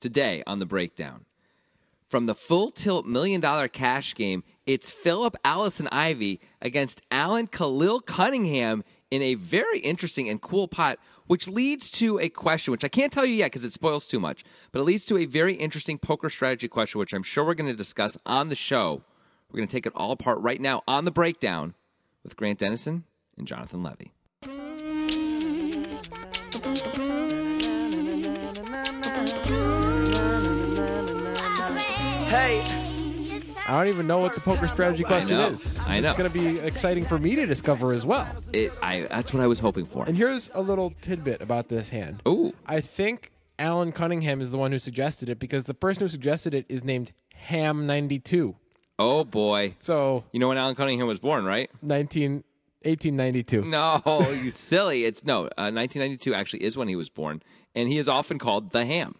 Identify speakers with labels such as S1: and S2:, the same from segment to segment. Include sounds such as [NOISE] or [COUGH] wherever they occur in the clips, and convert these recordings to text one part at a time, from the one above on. S1: today on the breakdown. From the full tilt million dollar cash game, it's Philip Allison Ivy against Alan Khalil Cunningham in a very interesting and cool pot, which leads to a question, which I can't tell you yet because it spoils too much, but it leads to a very interesting poker strategy question, which I'm sure we're going to discuss on the show. We're going to take it all apart right now on the breakdown with Grant Dennison and Jonathan Levy.
S2: I don't even know what the poker strategy question
S1: know.
S2: is.
S1: I know.
S2: It's going to be exciting for me to discover as well.
S1: It, I, that's what I was hoping for.
S2: And here's a little tidbit about this hand.
S1: Ooh.
S2: I think Alan Cunningham is the one who suggested it because the person who suggested it is named Ham92.
S1: Oh boy.
S2: So
S1: You know when Alan Cunningham was born, right?
S2: 19, 1892.
S1: No, you silly. It's no, uh, 1992 actually is when he was born, and he is often called the Ham.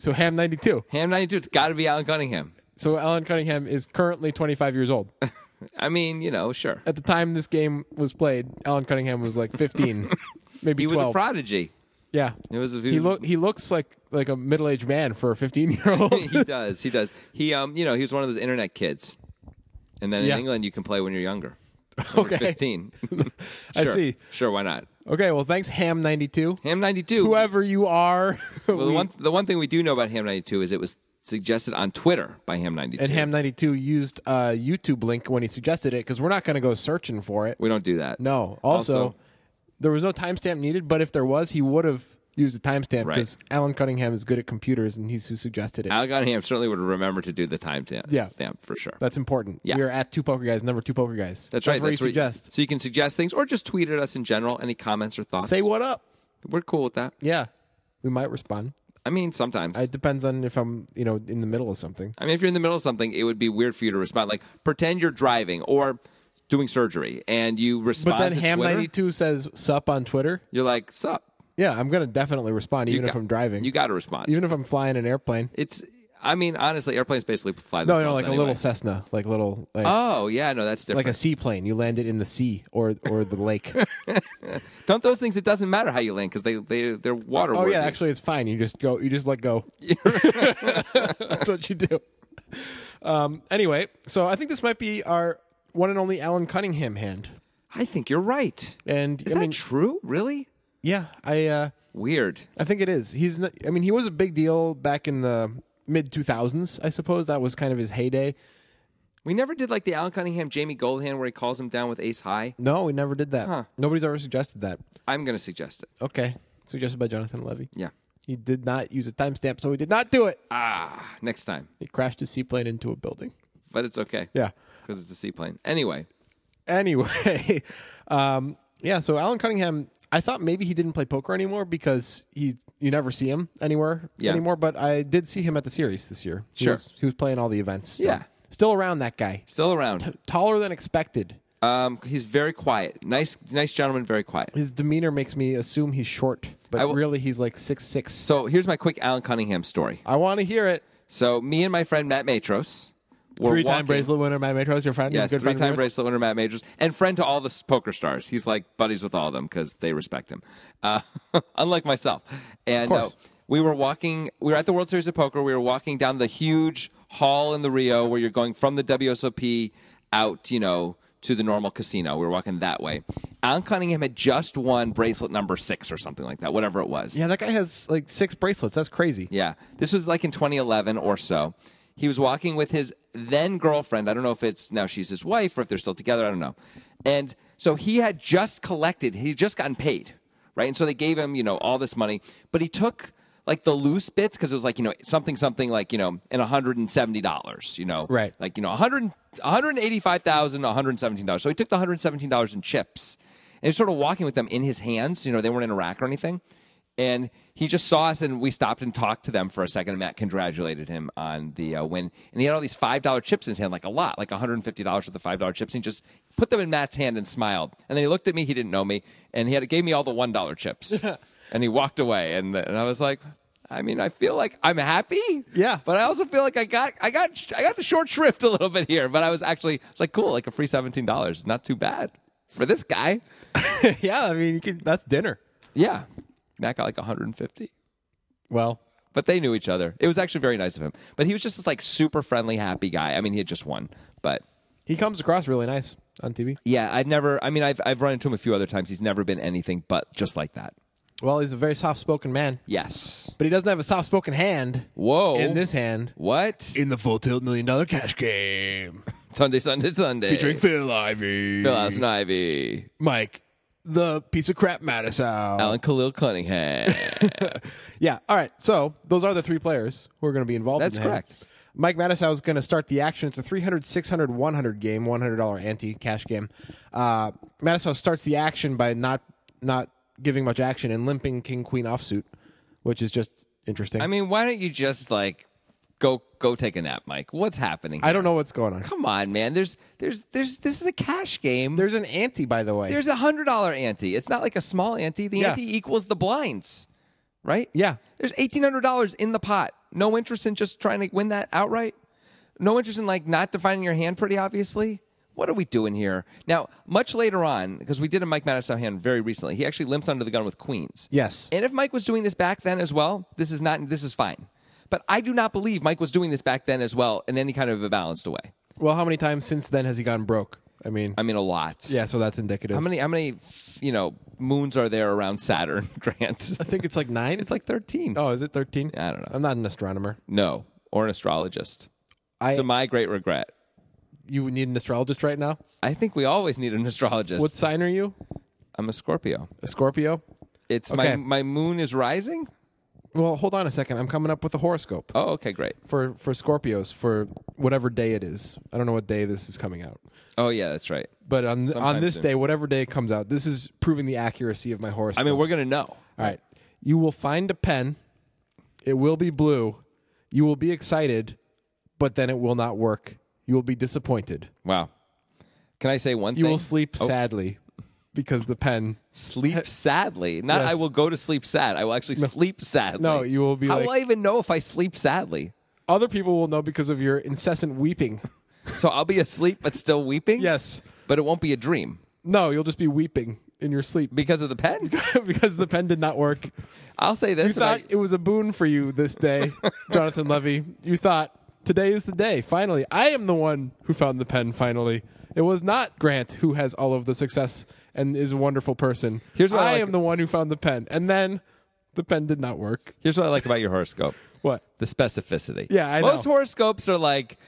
S2: So Ham92.
S1: Ham 92. It's got to be Alan Cunningham.
S2: So Alan Cunningham is currently 25
S1: [LAUGHS]
S2: years old.
S1: I mean, you know, sure.
S2: At the time this game was played, Alan Cunningham was
S1: [LAUGHS]
S2: like 15, maybe
S1: He was
S2: 12.
S1: a prodigy.
S2: Yeah.
S1: It was a
S2: he, look he looks like like a middle-aged man for a
S1: [LAUGHS]
S2: 15-year-old.
S1: [LAUGHS] he does. He does. He um, you know, he was one of those internet kids. And then
S2: Yeah.
S1: in England, you can play when you're younger. When you're
S2: Okay.
S1: 15.
S2: [LAUGHS]
S1: [LAUGHS]
S2: I
S1: Sure.
S2: see.
S1: Sure, why not?
S2: Okay, well, thanks, Ham92.
S1: Ham 92.
S2: Whoever you are. [LAUGHS]
S1: Well, the one the one thing we do know about Ham 92 is it was suggested on Twitter by Ham 92.
S2: and Ham92 used a YouTube link when he suggested it because we're not going to go searching for it.
S1: we don't do that.
S2: No. Also,
S1: Also-
S2: there was no timestamp needed, but if there was, he would have used a timestamp
S1: Right.
S2: because Alan Cunningham is good at computers and he's who suggested it.
S1: Al Cunningham certainly would remember to do the time stamp,
S2: Yeah.
S1: stamp for sure.
S2: That's important.
S1: Yeah.
S2: We are at Two Poker Guys, number Two Poker Guys.
S1: That's right.
S2: Where
S1: That's
S2: you
S1: where you-
S2: suggest.
S1: So you can suggest things or just tweet at us in general. Any comments or thoughts?
S2: Say what up.
S1: We're cool with that.
S2: Yeah. We might respond.
S1: I mean, sometimes. I,
S2: It depends on if I'm, you know, in the middle of something.
S1: mean, if you're in the middle of something, it would be weird for you to respond. Like, pretend you're driving or doing surgery and you respond
S2: But
S1: to
S2: then
S1: Twitter.
S2: Ham92 says sup on Twitter.
S1: You're like, sup.
S2: Yeah, I'm going to definitely respond even
S1: You
S2: if
S1: got-
S2: I'm driving.
S1: You got to respond.
S2: even if I'm flying an airplane.
S1: it's, I mean, honestly, airplanes basically fly
S2: No,
S1: themselves
S2: no, like a
S1: anyway.
S2: little Cessna, like little, like,
S1: Oh, yeah, no, that's different.
S2: like a seaplane. You land it in the sea or or
S1: [LAUGHS]
S2: the lake.
S1: Don't those things, it doesn't matter how you land because they, they, they're water
S2: oh yeah, actually, it's fine. You just go. You just
S1: [LAUGHS]
S2: let go. That's what you do. Um. Anyway, so I think this might be our one and only Alan Cunningham hand.
S1: I think you're right.
S2: And
S1: Is
S2: I
S1: that
S2: mean,
S1: true? Really?
S2: yeah, I uh,
S1: Weird.
S2: I think it is. He's. Not, I mean, he was a big deal back in the mid 2000s. I suppose that was kind of his heyday.
S1: We never did like the Alan Cunningham, Jamie Goldhand, where he calls him down with ace high.
S2: No, we never did that.
S1: Huh.
S2: Nobody's ever suggested that.
S1: I'm going to suggest it.
S2: Okay, suggested by Jonathan Levy.
S1: Yeah.
S2: He did not use a timestamp, so he did not do it.
S1: Ah, next time.
S2: He crashed his seaplane into a building.
S1: But it's okay.
S2: Yeah.
S1: Because it's a seaplane. Anyway,
S2: Anyway, [LAUGHS] um, yeah. So Alan Cunningham, I thought maybe he didn't play poker anymore because he you never see him anywhere
S1: Yeah.
S2: anymore. But I did see him at the series this year. He
S1: Sure.
S2: was, he was playing all the events. still.
S1: Yeah.
S2: still around that guy.
S1: still around.
S2: Taller than expected.
S1: Um, he's very quiet. Nice, nice gentleman, very quiet.
S2: His demeanor makes me assume he's short, but
S1: I will-
S2: really he's like six six.
S1: So here's my quick Alan Cunningham story.
S2: I want to hear it.
S1: So me and my friend Matt Matros were
S2: Three time
S1: walking-
S2: bracelet winner, Matt Matros, your friend. He's a
S1: Yes,
S2: good friend of
S1: three-time
S2: yours?
S1: bracelet winner Matt Majors, and friend to all the s- poker stars. He's like buddies with all of them because they respect him, uh, [LAUGHS] unlike myself. And uh,
S2: course.
S1: we were walking. We were at the World Series of Poker. We were walking down the huge hall in the Rio where you're going from the WSOP out, you know, to the normal casino. We were walking that way. Alan Cunningham had just won bracelet number six or something like that, whatever it was.
S2: Yeah, that guy has like six bracelets.
S1: [LAUGHS]
S2: That's crazy.
S1: Yeah. This was like in 2011 or so. He was walking with his then girlfriend. I don't know if it's now she's his wife or if they're still together. I don't know. And so he had just collected, he had just gotten paid, right? And so they gave him, you know, all this money, but he took like the loose bits because it was like, you know, something, something like, you know, and $170, you know,
S2: Right.
S1: Like, you know, 100, $185,000, $117. So he took the $117 in chips and he was sort of walking with them in his hands. You know, they weren't in a rack or anything. And he just saw us and we stopped and talked to them for a second. And Matt congratulated him on the uh, win. And he had all these $5 chips in his hand, like a lot, like $150 worth of $5 chips. And he just put them in Matt's hand and smiled. And then he looked at me. He didn't know me. And he had, gave me all the $1 chips. and he walked away. And, and I was like, I mean, I feel like I'm happy.
S2: Yeah.
S1: But I also feel like I got I got I got the short shrift a little bit here, but I was actually it's like cool, like a free seventeen dollars, not too bad for this guy.
S2: yeah, I mean, you could, that's dinner.
S1: Yeah, Matt got like one hundred and fifty,
S2: Well,
S1: But they knew each other. It was actually very nice of him. But he was just this like super friendly, happy guy. I mean, he had just won, but
S2: He comes across really nice on TV.
S1: yeah, I've never. I mean, I've I've run into him a few other times. He's never been anything but just like that.
S2: Well, he's a very soft spoken man,
S1: Yes.
S2: but he doesn't have a soft spoken hand.
S1: Whoa.
S2: In this hand.
S1: What?
S2: In the full tilt million dollar cash game.
S1: Sunday, Sunday, Sunday.
S2: Phil Ivy.
S1: Bill Allison Ivy,
S2: Mike, the piece of crap Mattisau.
S1: Alan Khalil Cunningham.
S2: Yeah. All right. So those are the three players who are going to be involved.
S1: That's
S2: in the hand.
S1: correct.
S2: Mike Mattisau is going to start the action. It's a 300, 600, 100 game, $100 ante cash game. Uh, Mattisau starts the action by not not giving much action and limping king queen offsuit, which is just interesting.
S1: I
S2: I,
S1: mean, why don't you just like go go take a nap, Mike? What's happening?
S2: don't know what's going on.
S1: Come on, man. There's there's there's this is a cash game.
S2: There's an ante, by the way.
S1: There's a hundred dollar ante. It's not like a small ante. The
S2: Yeah.
S1: ante equals the blinds, right?
S2: Yeah.
S1: There's eighteen hundred dollars in the pot. No interest in just trying to win that outright. No interest in like not defining your hand pretty obviously. What are we doing here? Now, much later on, because we did a Mike Mattisau hand very recently, he actually limps under the gun with queens.
S2: yes.
S1: And if Mike was doing this back then as well, this is not this is fine. But I do not believe Mike was doing this back then as well in any kind of a balanced way.
S2: well, how many times since then has he gone broke? I mean,
S1: I mean a lot.
S2: yeah. So that's indicative.
S1: How many how many you know moons are there around Saturn, [LAUGHS] Grant?
S2: [LAUGHS] I think it's like nine.
S1: It's like thirteen.
S2: oh, is it thirteen?
S1: I don't know.
S2: I'm not an astronomer.
S1: No. Or an astrologist.
S2: I
S1: to my great regret.
S2: you need an astrologist right now.
S1: I think we always need an astrologist.
S2: What sign are you?
S1: I'm a Scorpio.
S2: A Scorpio?
S1: It's
S2: Okay.
S1: my my moon is rising.
S2: Well, hold on a second. I'm coming up with a horoscope
S1: Oh, okay, great.
S2: for for Scorpios for whatever day it is. I don't know what day this is coming out.
S1: Oh yeah, that's right.
S2: But on on
S1: Sometime
S2: this
S1: soon.
S2: day, whatever day it comes out, this is proving the accuracy of my
S1: I
S2: horoscope.
S1: mean, we're gonna know.
S2: All right. You will find a pen. It will be blue. You will be excited, but then it will not work. You will be disappointed.
S1: Wow. Can I say one
S2: You
S1: thing?
S2: will sleep sadly because the pen
S1: Sleep
S2: [LAUGHS]
S1: sadly. Not
S2: Yes.
S1: I will go to sleep sad. I will actually sleep sadly.
S2: No, you will be
S1: How
S2: like-
S1: will I even know if I sleep sadly?
S2: other people will know because of your incessant weeping.
S1: So I'll be asleep but still weeping?
S2: Yes.
S1: But it won't be a dream.
S2: No, you'll just be weeping in your sleep. [LAUGHS]
S1: Because of the pen?
S2: because the pen did not work.
S1: I'll say this.
S2: You thought
S1: and I-
S2: it was a boon for you
S1: [LAUGHS]
S2: this day, Jonathan Levy. You thought today is the day. Finally, I am the one who found the pen. Finally, it was not Grant who has all of the success and is a wonderful person.
S1: Here's what I
S2: I,
S1: like-
S2: am the one who found the pen, and then the pen did not work.
S1: here's what I like about your horoscope.
S2: What?
S1: The specificity.
S2: Yeah, I
S1: Most
S2: know.
S1: horoscopes are like,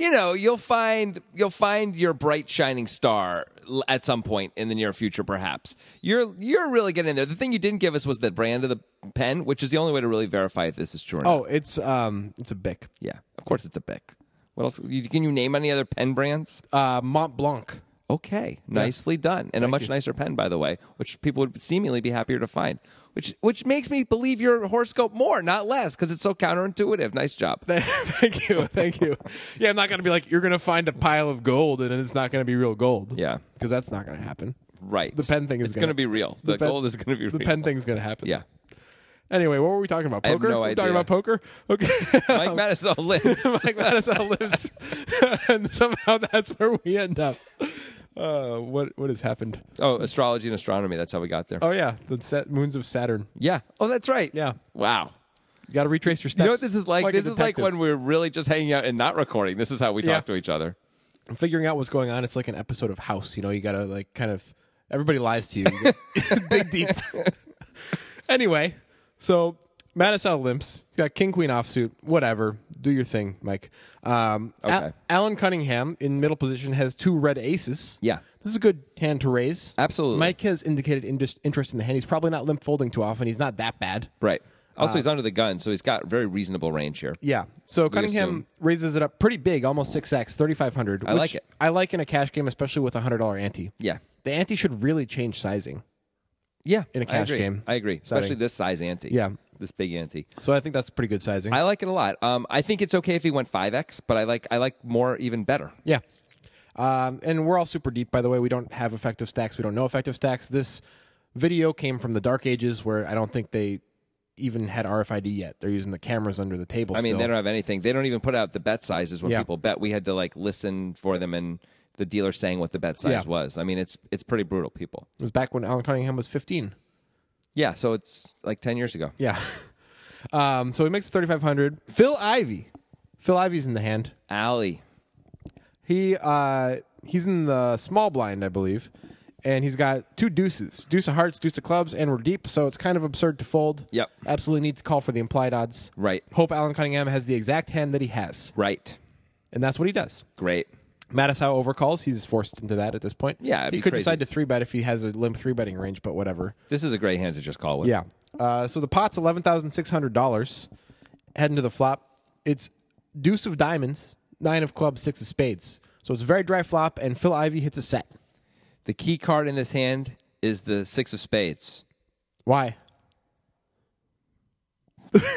S1: you know, you'll find you'll find your bright shining star l- at some point in the near future perhaps. You're you're really getting in there. The thing you didn't give us was the brand of the pen, which is the only way to really verify if this is true or not.
S2: Oh, it's um, it's a Bic,
S1: Yeah, of course it's a Bic. What else? You, can you name any other pen brands?
S2: uh, Mont Blanc.
S1: Okay, nicely done, and a much nicer pen, by the way, which people would seemingly be happier to find. Which which makes me believe your horoscope more, not less, because it's so counterintuitive. Nice job.
S2: [LAUGHS] thank you, thank you. Yeah, I'm not gonna be like you're gonna find a pile of gold, and it's not gonna be real gold.
S1: Yeah.
S2: because that's not gonna happen.
S1: Right.
S2: The pen thing is
S1: it's going to
S2: gonna-
S1: be real. The,
S2: pen-
S1: gold is going to be
S2: the
S1: real.
S2: pen thing's gonna happen. [LAUGHS]
S1: Yeah.
S2: Anyway, what were we talking about?
S1: have
S2: Poker.
S1: no
S2: we're talking
S1: idea.
S2: about poker. Okay. [LAUGHS]
S1: Mike Mattisau lives.
S2: Mike Mattisau lives, [LAUGHS] and somehow that's where we end up. Uh, what what has happened?
S1: oh, astrology and astronomy. That's how we got there.
S2: Oh yeah, the set, moons of Saturn.
S1: Yeah. Oh, that's right.
S2: Yeah.
S1: Wow.
S2: You got to retrace your steps.
S1: You know what this is like?
S2: a
S1: this is like
S2: detective.
S1: when we're really just hanging out and not recording. This is how we
S2: Yeah.
S1: talk to each other.
S2: figuring out what's going on. It's like an episode of House. You know, you got to like kind of everybody lies to you. You get- [LAUGHS] Dig deep. anyway, so Mattisau limps. He's got king queen offsuit. Whatever. Do your thing, Mike. Um, Al-
S1: Okay.
S2: Alan Cunningham in middle position has two red aces.
S1: Yeah.
S2: This is a good hand to raise.
S1: Absolutely.
S2: Mike has indicated indus- interest in the hand. He's probably not limp folding too often. He's not that bad.
S1: Right. Also, he's under the gun, so he's got very reasonable range here.
S2: Yeah. So Cunningham
S1: assume.
S2: raises it up pretty big, almost 6x, 3500. I
S1: like it.
S2: I like in a cash game, especially with a $100 ante.
S1: Yeah.
S2: The ante should really change sizing.
S1: Yeah.
S2: In a
S1: I
S2: cash
S1: agree.
S2: game.
S1: I agree.
S2: Exciting.
S1: Especially this size ante.
S2: Yeah.
S1: This big ante.
S2: So I think that's pretty good sizing.
S1: I like it a lot. Um, I think it's okay if he went five X, but I like I like more even better.
S2: yeah. Um, and we're all super deep, by the way. We don't have effective stacks. We don't know effective stacks. This video came from the dark ages where I don't think they even had RFID yet. They're using the cameras under the table.
S1: I mean,
S2: still.
S1: they don't have anything. They don't even put out the bet sizes when
S2: Yeah.
S1: people bet. We had to like listen for them and the dealer saying what the bet size
S2: Yeah.
S1: was. I mean, it's it's pretty brutal, people.
S2: It was back when Alan Cunningham was 15.
S1: Yeah, so it's like ten years ago.
S2: Yeah. [LAUGHS] Um, so he makes 3,500. Phil Ivy. Phil Ivy's in the hand.
S1: Alley.
S2: He uh, he's in the small blind, I believe, and he's got two deuces, deuce of hearts, deuce of clubs, and we're deep. So it's kind of absurd to fold.
S1: Yep.
S2: Absolutely need to call for the implied odds.
S1: Right.
S2: Hope Alan Cunningham has the exact hand that he has,
S1: Right.
S2: and that's what he does.
S1: Great.
S2: Mattisau overcalls. He's forced into that at this point.
S1: Yeah, it'd
S2: he
S1: be
S2: could
S1: crazy.
S2: decide to three bet if he has a limp three betting range, but whatever.
S1: This is a great hand to just call with.
S2: Yeah. Uh, so the pot's eleven thousand six hundred dollars. Heading to the flop, it's deuce of diamonds, nine of clubs, six of spades. So it's a very dry flop, and Phil Ivy hits a set.
S1: The key card in this hand is the six of spades.
S2: Why? [LAUGHS]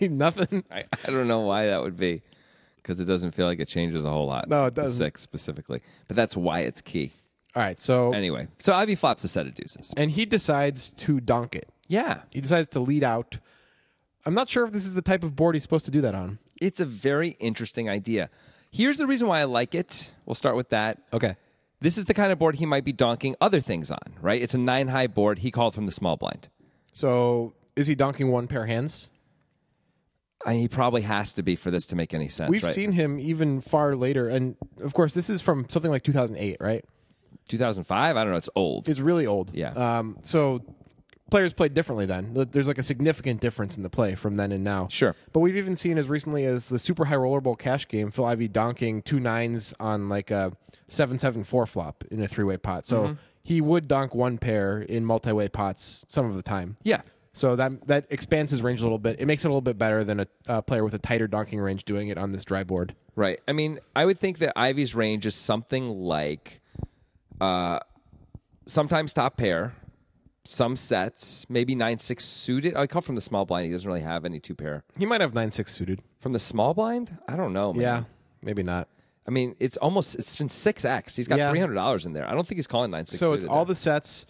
S2: Nothing.
S1: I, I don't know why that would be because it doesn't feel like it changes a whole lot.
S2: No, it
S1: The
S2: doesn't.
S1: Six specifically, but that's why it's key.
S2: All right. So
S1: Anyway, so Ivy flops a set of deuces.
S2: and he decides to donk it.
S1: Yeah,
S2: He decides to lead out. I'm not sure if this is the type of board he's supposed to do that on.
S1: it's a very interesting idea. Here's the reason why I like it. We'll start with that.
S2: Okay.
S1: This is the kind of board he might be donking other things on, right? It's a nine high board. He called from the small blind.
S2: So is he donking one pair of hands?
S1: I, he probably has to be for this to make any sense.
S2: We've
S1: right?
S2: seen him even far later, and of course, this is from something like 2008, right?
S1: 2005. I don't know. It's old.
S2: It's really old.
S1: Yeah.
S2: Um, so players played differently then. Th- There's like a significant difference in the play from then and now.
S1: Sure.
S2: But we've even seen as recently as the Super High Roller Bowl cash game, Phil Ivey donking two nines on like a seven seven four flop in a three way pot. So
S1: Mm-hmm.
S2: he would donk one pair in multi way pots some of the time.
S1: yeah,
S2: So that that expands his range a little bit. It makes it a little bit better than a uh, player with a tighter donking range doing it on this dry board.
S1: right. I mean, I would think that Ivy's range is something like uh, sometimes top pair, some sets, maybe nine six suited. I call from the small blind. He doesn't really have any two pair
S2: He might have nine six suited.
S1: from the small blind. I don't know. Man.
S2: Yeah, maybe not.
S1: I mean, it's almost it's been six x. He's got
S2: Yeah.
S1: three hundred dollars in there. I don't think he's calling nine six.
S2: So it's all the sets,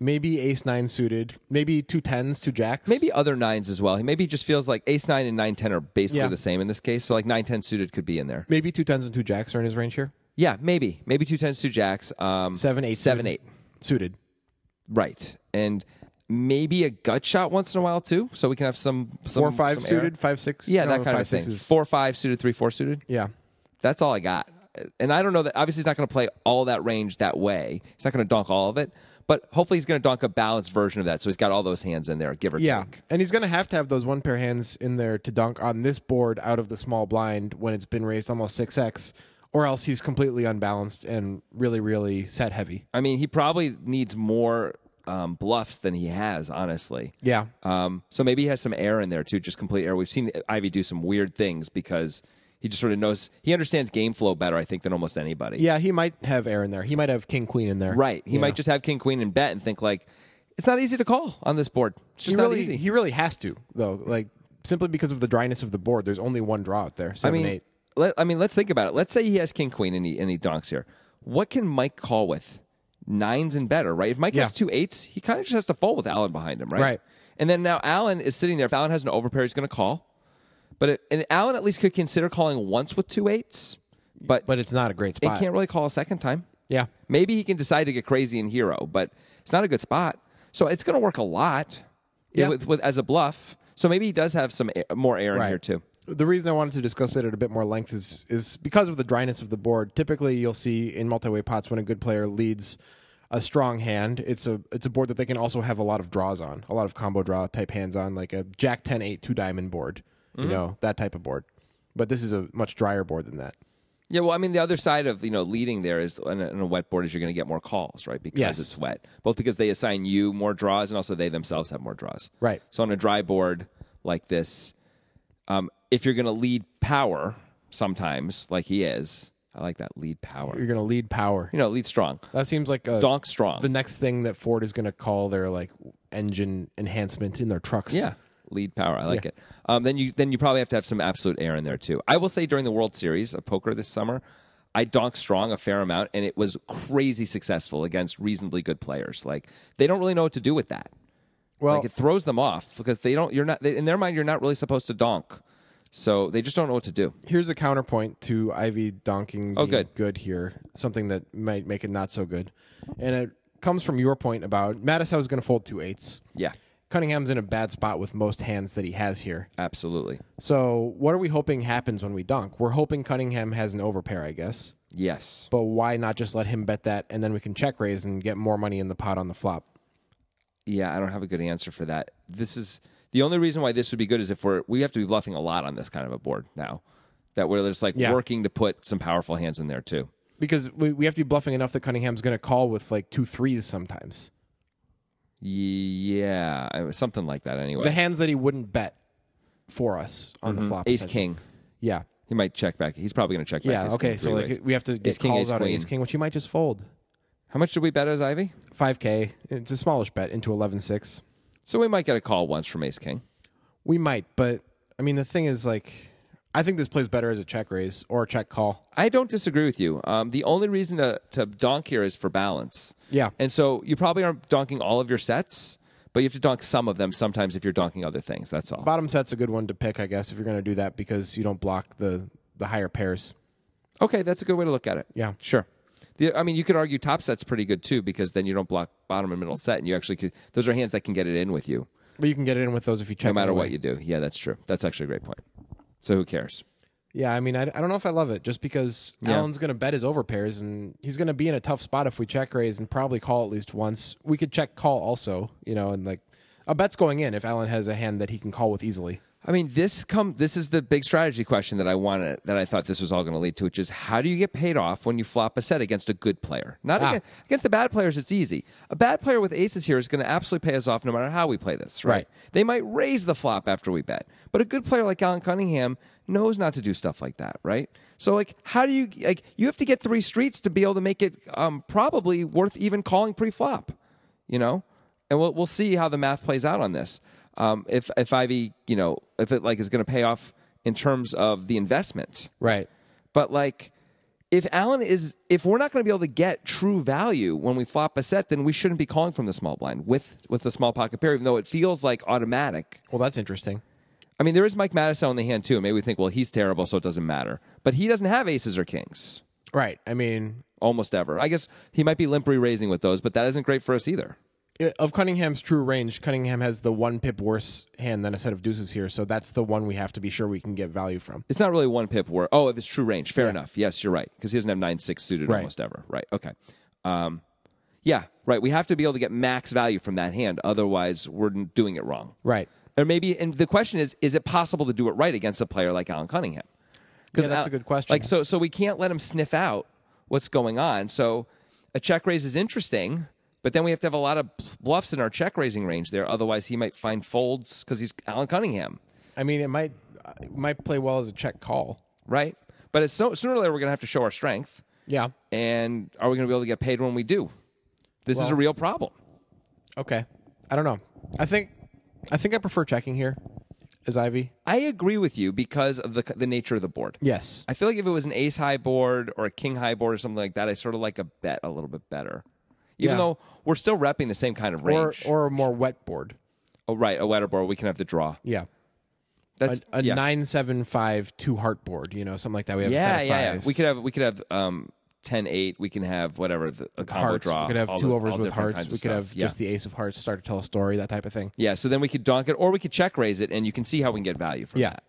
S2: maybe ace nine suited, maybe two tens, two jacks.
S1: maybe other nines as well. He maybe just feels like ace nine and nine ten are basically
S2: Yeah.
S1: the same in this case. So like nine ten suited could be in there.
S2: maybe two tens and two jacks are in his range here.
S1: Yeah, maybe maybe two tens, two jacks, um,
S2: Seven eight
S1: seven
S2: suited.
S1: eight.
S2: suited.
S1: Right. And maybe a gut shot once in a while too, so we can have some, some
S2: Four five
S1: some air.
S2: suited, five six.
S1: Yeah,
S2: no,
S1: that kind
S2: five,
S1: of thing.
S2: six is-
S1: Four five suited, three four suited.
S2: Yeah,
S1: That's all I got. And I don't know that obviously he's not going to play all that range that way. He's not going to donk all of it, but hopefully he's going to donk a balanced version of that. So he's got all those hands in there, give or
S2: yeah,
S1: take.
S2: and he's gonna have to have those one pair hands in there to dunk on this board out of the small blind when it's been raised almost six x, or else he's completely unbalanced and really really set heavy.
S1: I mean, he probably needs more um, bluffs than he has, honestly.
S2: Yeah,
S1: Um, so maybe he has some air in there too, just complete air. We've seen Ivy do some weird things because he just sort of knows he understands game flow better, I think, than almost anybody.
S2: yeah, he might have air in there. He might have king queen in there.
S1: Right. He
S2: you know?
S1: might just have king queen and bet and think like it's not easy to call on this board. It's just
S2: he
S1: not
S2: really,
S1: easy.
S2: He really has to though, like simply because of the dryness of the board. There's only one draw out there.
S1: I
S2: Seven
S1: mean,
S2: eight.
S1: Let, I mean, let's think about it. Let's say he has king queen and he and he donks here. What can Mike call with? Nines and better, right? If Mike
S2: Yeah.
S1: has two eights, he kind of just has to fold with Allen behind him, right?
S2: Right.
S1: And then now Allen is sitting there. If Allen has an overpair, he's going to call. But it, and Allen at least could consider calling once with two eights, but
S2: But it's not a great
S1: it
S2: spot.
S1: can't really call a second time.
S2: yeah.
S1: Maybe he can decide to get crazy and hero, but it's not a good spot. So it's going to work a lot
S2: Yeah.
S1: with, with, as a bluff. So maybe he does have some air, more air in here too.
S2: The reason I wanted to discuss it at a bit more length is is because of the dryness of the board. Typically, you'll see in multi-way pots when a good player leads a strong hand, it's a it's a board that they can also have a lot of draws on, a lot of combo draw type hands on, like a Jack 10 8 two diamond board,
S1: Mm-hmm.
S2: you know, that type of board. But this is a much drier board than that.
S1: Yeah, well, I mean, the other side of you know leading there is on a, on a wet board is you're going to get more calls, right? Because
S2: Yes.
S1: it's wet, both because they assign you more draws and also they themselves have more draws.
S2: Right.
S1: So on a dry board like this, um, if you're going to lead power sometimes, like he is, I like that lead power.
S2: You're going to lead power.
S1: You know, lead strong,
S2: That seems like a
S1: donk strong.
S2: the next thing that Ford is going to call their like engine enhancement in their trucks.
S1: Yeah, lead power. I like it. Um, then you then you probably have to have some absolute air in there too. I will say during the World Series of poker this summer, I donked strong a fair amount, and it was crazy successful against reasonably good players. Like they don't really know what to do with that.
S2: Well,
S1: like it throws them off because they don't. You're not they, in their mind. You're not really supposed to donk, so they just don't know what to do.
S2: here's a counterpoint to Ivy donking the
S1: Oh, good.
S2: here, something that might make it not so good. And it comes from your point about Mattis was going to fold two eights.
S1: Yeah,
S2: Cunningham's in a bad spot with most hands that he has here.
S1: Absolutely.
S2: So, what are we hoping happens when we dunk? We're hoping Cunningham has an overpair, I guess.
S1: Yes.
S2: But why not just let him bet that and then we can check raise and get more money in the pot on the flop?
S1: Yeah, I don't have a good answer for that. This is the only reason why this would be good is if we're we have to be bluffing a lot on this kind of a board now. That we're just like
S2: Yeah.
S1: working to put some powerful hands in there too.
S2: Because we, we have to be bluffing enough that Cunningham's going to call with like two threes sometimes.
S1: Yeah, I- something like that. Anyway,
S2: The hands that he wouldn't bet for us on the flop.
S1: ace
S2: essentially.
S1: king.
S2: Yeah.
S1: He might check back. He's probably going to check back.
S2: Yeah.
S1: ace
S2: okay.
S1: king
S2: So,
S1: three
S2: like,
S1: ways.
S2: we have to get
S1: Ace king,
S2: calls
S1: ace
S2: out of
S1: queen.
S2: ace king, which he might just fold.
S1: how much did we bet as Ivy?
S2: 5K. It's a smallish bet into 11 6.
S1: So we might get a call once from ace king.
S2: We might, but I mean, the thing is, like, I think this plays better as a check raise or a check call.
S1: I don't disagree with you. Um, the only reason to, to donk here is for balance.
S2: Yeah.
S1: And so you probably aren't donking all of your sets, but you have to donk some of them sometimes if you're donking other things. That's all.
S2: Bottom set's a good one to pick, I guess, if you're going to do that because you don't block the the higher pairs.
S1: Okay, that's a good way to look at it.
S2: Yeah.
S1: Sure. The, I mean, you could argue top set's pretty good too because then you don't block bottom and middle set, and you actually could. Those are hands that can get it in with you,
S2: But you can get it in with those if you check.
S1: no matter
S2: anyway.
S1: what you do. Yeah, that's true. That's actually a great point. So who cares?
S2: Yeah, I mean, I, I don't know if I love it just because Allen's going to bet his overpairs and he's going to be in a tough spot if we check raise and probably call at least once. We could check call also, you know, and like a bet's going in if Allen has a hand that he can call with easily.
S1: I mean, this come this is the big strategy question that I wanted that I thought this was all going to lead to, which is how do you get paid off when you flop a set against a good player? Not aga- against, the bad players, it's easy. A bad player with aces here is going to absolutely pay us off no matter how we play this, right?
S2: Right.
S1: They might raise the flop after we bet, but a good player like Alan Cunningham knows not to do stuff like that, right? So like, how do you like? You have to get three streets to be able to make it um, probably worth even calling pre-flop, you know. And we'll we'll see how the math plays out on this. Um, if if Ivy, you know, if it like is going to pay off in terms of the investment,
S2: Right.
S1: but like, if Allen is, if we're not going to be able to get true value when we flop a set, then we shouldn't be calling from the small blind with with the small pocket pair, even though it feels like automatic.
S2: Well, that's interesting.
S1: I mean, there is Mike Mattisell in the hand too. Maybe we think, well, he's terrible, so it doesn't matter. But he doesn't have aces or kings
S2: Right. I mean,
S1: almost ever. I guess he might be limp raising with those, but that isn't great for us either.
S2: i- of Cunningham's true range, Cunningham has the one pip worse hand than a set of deuces here, so that's the one we have to be sure we can get value from.
S1: It's not really one pip where oh, if it's true range. Fair
S2: Yeah.
S1: enough. Yes, you're right because he doesn't have nine six suited
S2: Right.
S1: almost ever. Right. Okay. Um, yeah. Right. We have to be able to get max value from that hand. Otherwise, we're n- doing it wrong.
S2: Right.
S1: Or maybe, and the question is, is it possible to do it right against a player like Alan Cunningham?
S2: Yeah, that's
S1: Al-
S2: a good question.
S1: Like, so, so we can't let him sniff out what's going on. So, a check raise is interesting, but then we have to have a lot of bluffs in our check raising range there. Otherwise, he might find folds because he's Alan Cunningham.
S2: I mean, it might uh, it might play well as a check call.
S1: right? But it's so, sooner or later, we're going to have to show our strength.
S2: Yeah.
S1: And are we going to be able to get paid when we do? This is a real problem.
S2: Okay. I don't know. I think I think I prefer checking here as Ivy.
S1: I agree with you because of the, the nature of the board.
S2: Yes.
S1: I feel like if it was an ace high board or a king high board or something like that, I sort of like a bet a little bit better. Even
S2: Yeah.
S1: though we're still repping the same kind of
S2: Or
S1: range.
S2: or a more wet board.
S1: oh, right, a wetter board, we can have the draw.
S2: Yeah. A,
S1: That's
S2: a
S1: yeah.
S2: nine seven five two heart board, you know, something like that. We have a
S1: Yeah,
S2: set of
S1: yeah, yeah.
S2: fives.
S1: We could have we could have um 10 8, we can have whatever the, a combo
S2: hearts.
S1: draw.
S2: we could have
S1: all
S2: two
S1: the-
S2: overs
S1: all
S2: with
S1: different kinds
S2: hearts.
S1: of
S2: We could
S1: stuff.
S2: have
S1: Yeah.
S2: just the ace of hearts start to tell a story, that type of thing.
S1: Yeah, so then we could donk it, or we could check raise it, and you can see how we can get value from
S2: Yeah.
S1: that.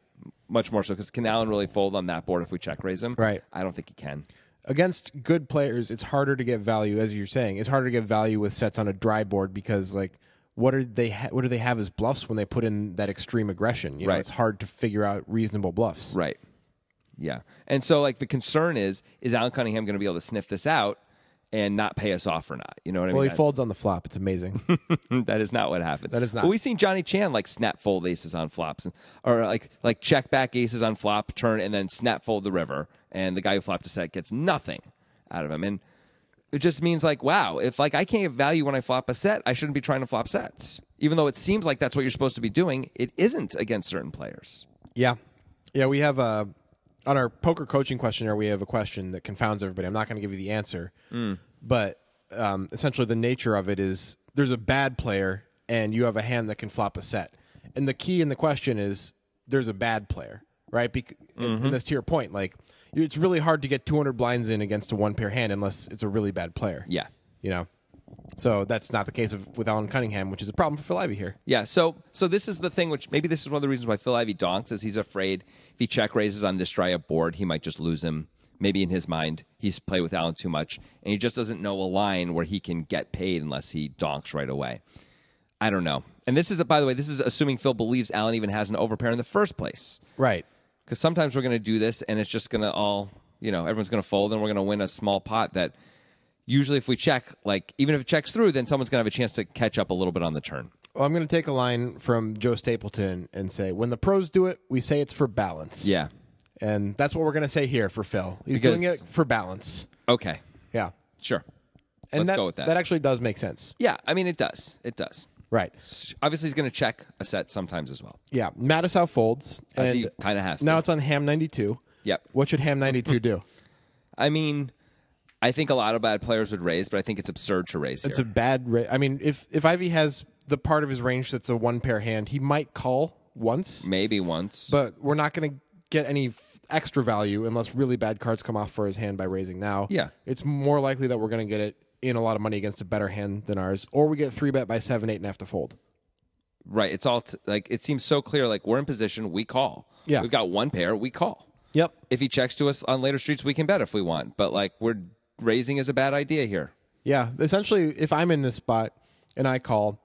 S1: Much more so because can Allen really fold on that board if we check raise him?
S2: Right.
S1: I don't think he can.
S2: against good players, it's harder to get value, as you're saying. It's harder to get value with sets on a dry board because, like, what are they? Ha- what do they have as bluffs when they put in that extreme aggression? You know,
S1: Right.
S2: it's hard to figure out reasonable bluffs.
S1: Right. Yeah. And so like the concern is is Allen Cunningham going to be able to sniff this out and not pay us off or not? You know what I
S2: Well,
S1: mean?
S2: he folds on the flop. It's amazing.
S1: [LAUGHS] that is not what happens.
S2: That is not.
S1: But we've seen Johnny Chan like snap fold aces on flops, and, or like like check back aces on flop turn, and then snap fold the river, and the guy who flopped a set gets nothing out of him, and it just means like wow, if like I can't get value when I flop a set, I shouldn't be trying to flop sets, even though it seems like that's what you're supposed to be doing. It isn't against certain players.
S2: yeah, yeah. We have uh, on our poker coaching questionnaire, we have a question that confounds everybody. I'm not going to give you the answer, but um, essentially, the nature of it is there's a bad player, and you have a hand that can flop a set. And the key in the question is there's a bad player, right? Bec- And that's to your point. Like, you- it's really hard to get 200 blinds in against a one pair hand unless it's a really bad player.
S1: Yeah.
S2: you know. So that's not the case of, with Alan Cunningham, which is a problem for Phil Ivey here.
S1: Yeah, so so this is the thing which maybe this is one of the reasons why Phil Ivey donks is he's afraid if he check raises on this dry up board, he might just lose him. Maybe in his mind, he's played with Allen too much, and he just doesn't know a line where he can get paid unless he donks right away. I don't know. And this is, by the way, this is assuming Phil believes Allen even has an overpair in the first place.
S2: Right.
S1: Because sometimes we're going to do this, and it's just going to all, you know, everyone's going to fold, and we're going to win a small pot that usually if we check, like, even if it checks through, then someone's going to have a chance to catch up a little bit on the turn.
S2: Well, I'm going to take a line from Joe Stapleton and say, when the pros do it, we say it's for balance.
S1: Yeah.
S2: And that's what we're going to say here for Phil. He's
S1: Because-
S2: doing it for balance.
S1: Okay.
S2: Yeah.
S1: Sure.
S2: And
S1: Let's go with that.
S2: That actually does make sense.
S1: Yeah, I mean, it does. It does.
S2: Right.
S1: Obviously, he's going to check a set sometimes as well.
S2: Yeah. Mattisau folds.
S1: As
S2: and
S1: he kinda has to.
S2: Now it's on Ham 92.
S1: Yep.
S2: What should Ham
S1: [LAUGHS]
S2: 92 do?
S1: I mean, I think a lot of bad players would raise, but I think it's absurd to raise here.
S2: It's a bad. Ra- I mean, if if Ivy has the part of his range that's a one pair hand, he might call once,
S1: Maybe once.
S2: but we're not going to get any f- extra value unless really bad cards come off for his hand by raising now.
S1: Yeah.
S2: it's more likely that we're going to get it in a lot of money against a better hand than ours, or we get three bet by seven eight and have to fold.
S1: right. It's all t- like, it seems so clear. Like, we're in position, we call.
S2: Yeah.
S1: We've got one pair, we call.
S2: Yep.
S1: If he checks to us on later streets, we can bet if we want. But like, we're raising is a bad idea here.
S2: Yeah, essentially, if I'm in this spot and I call,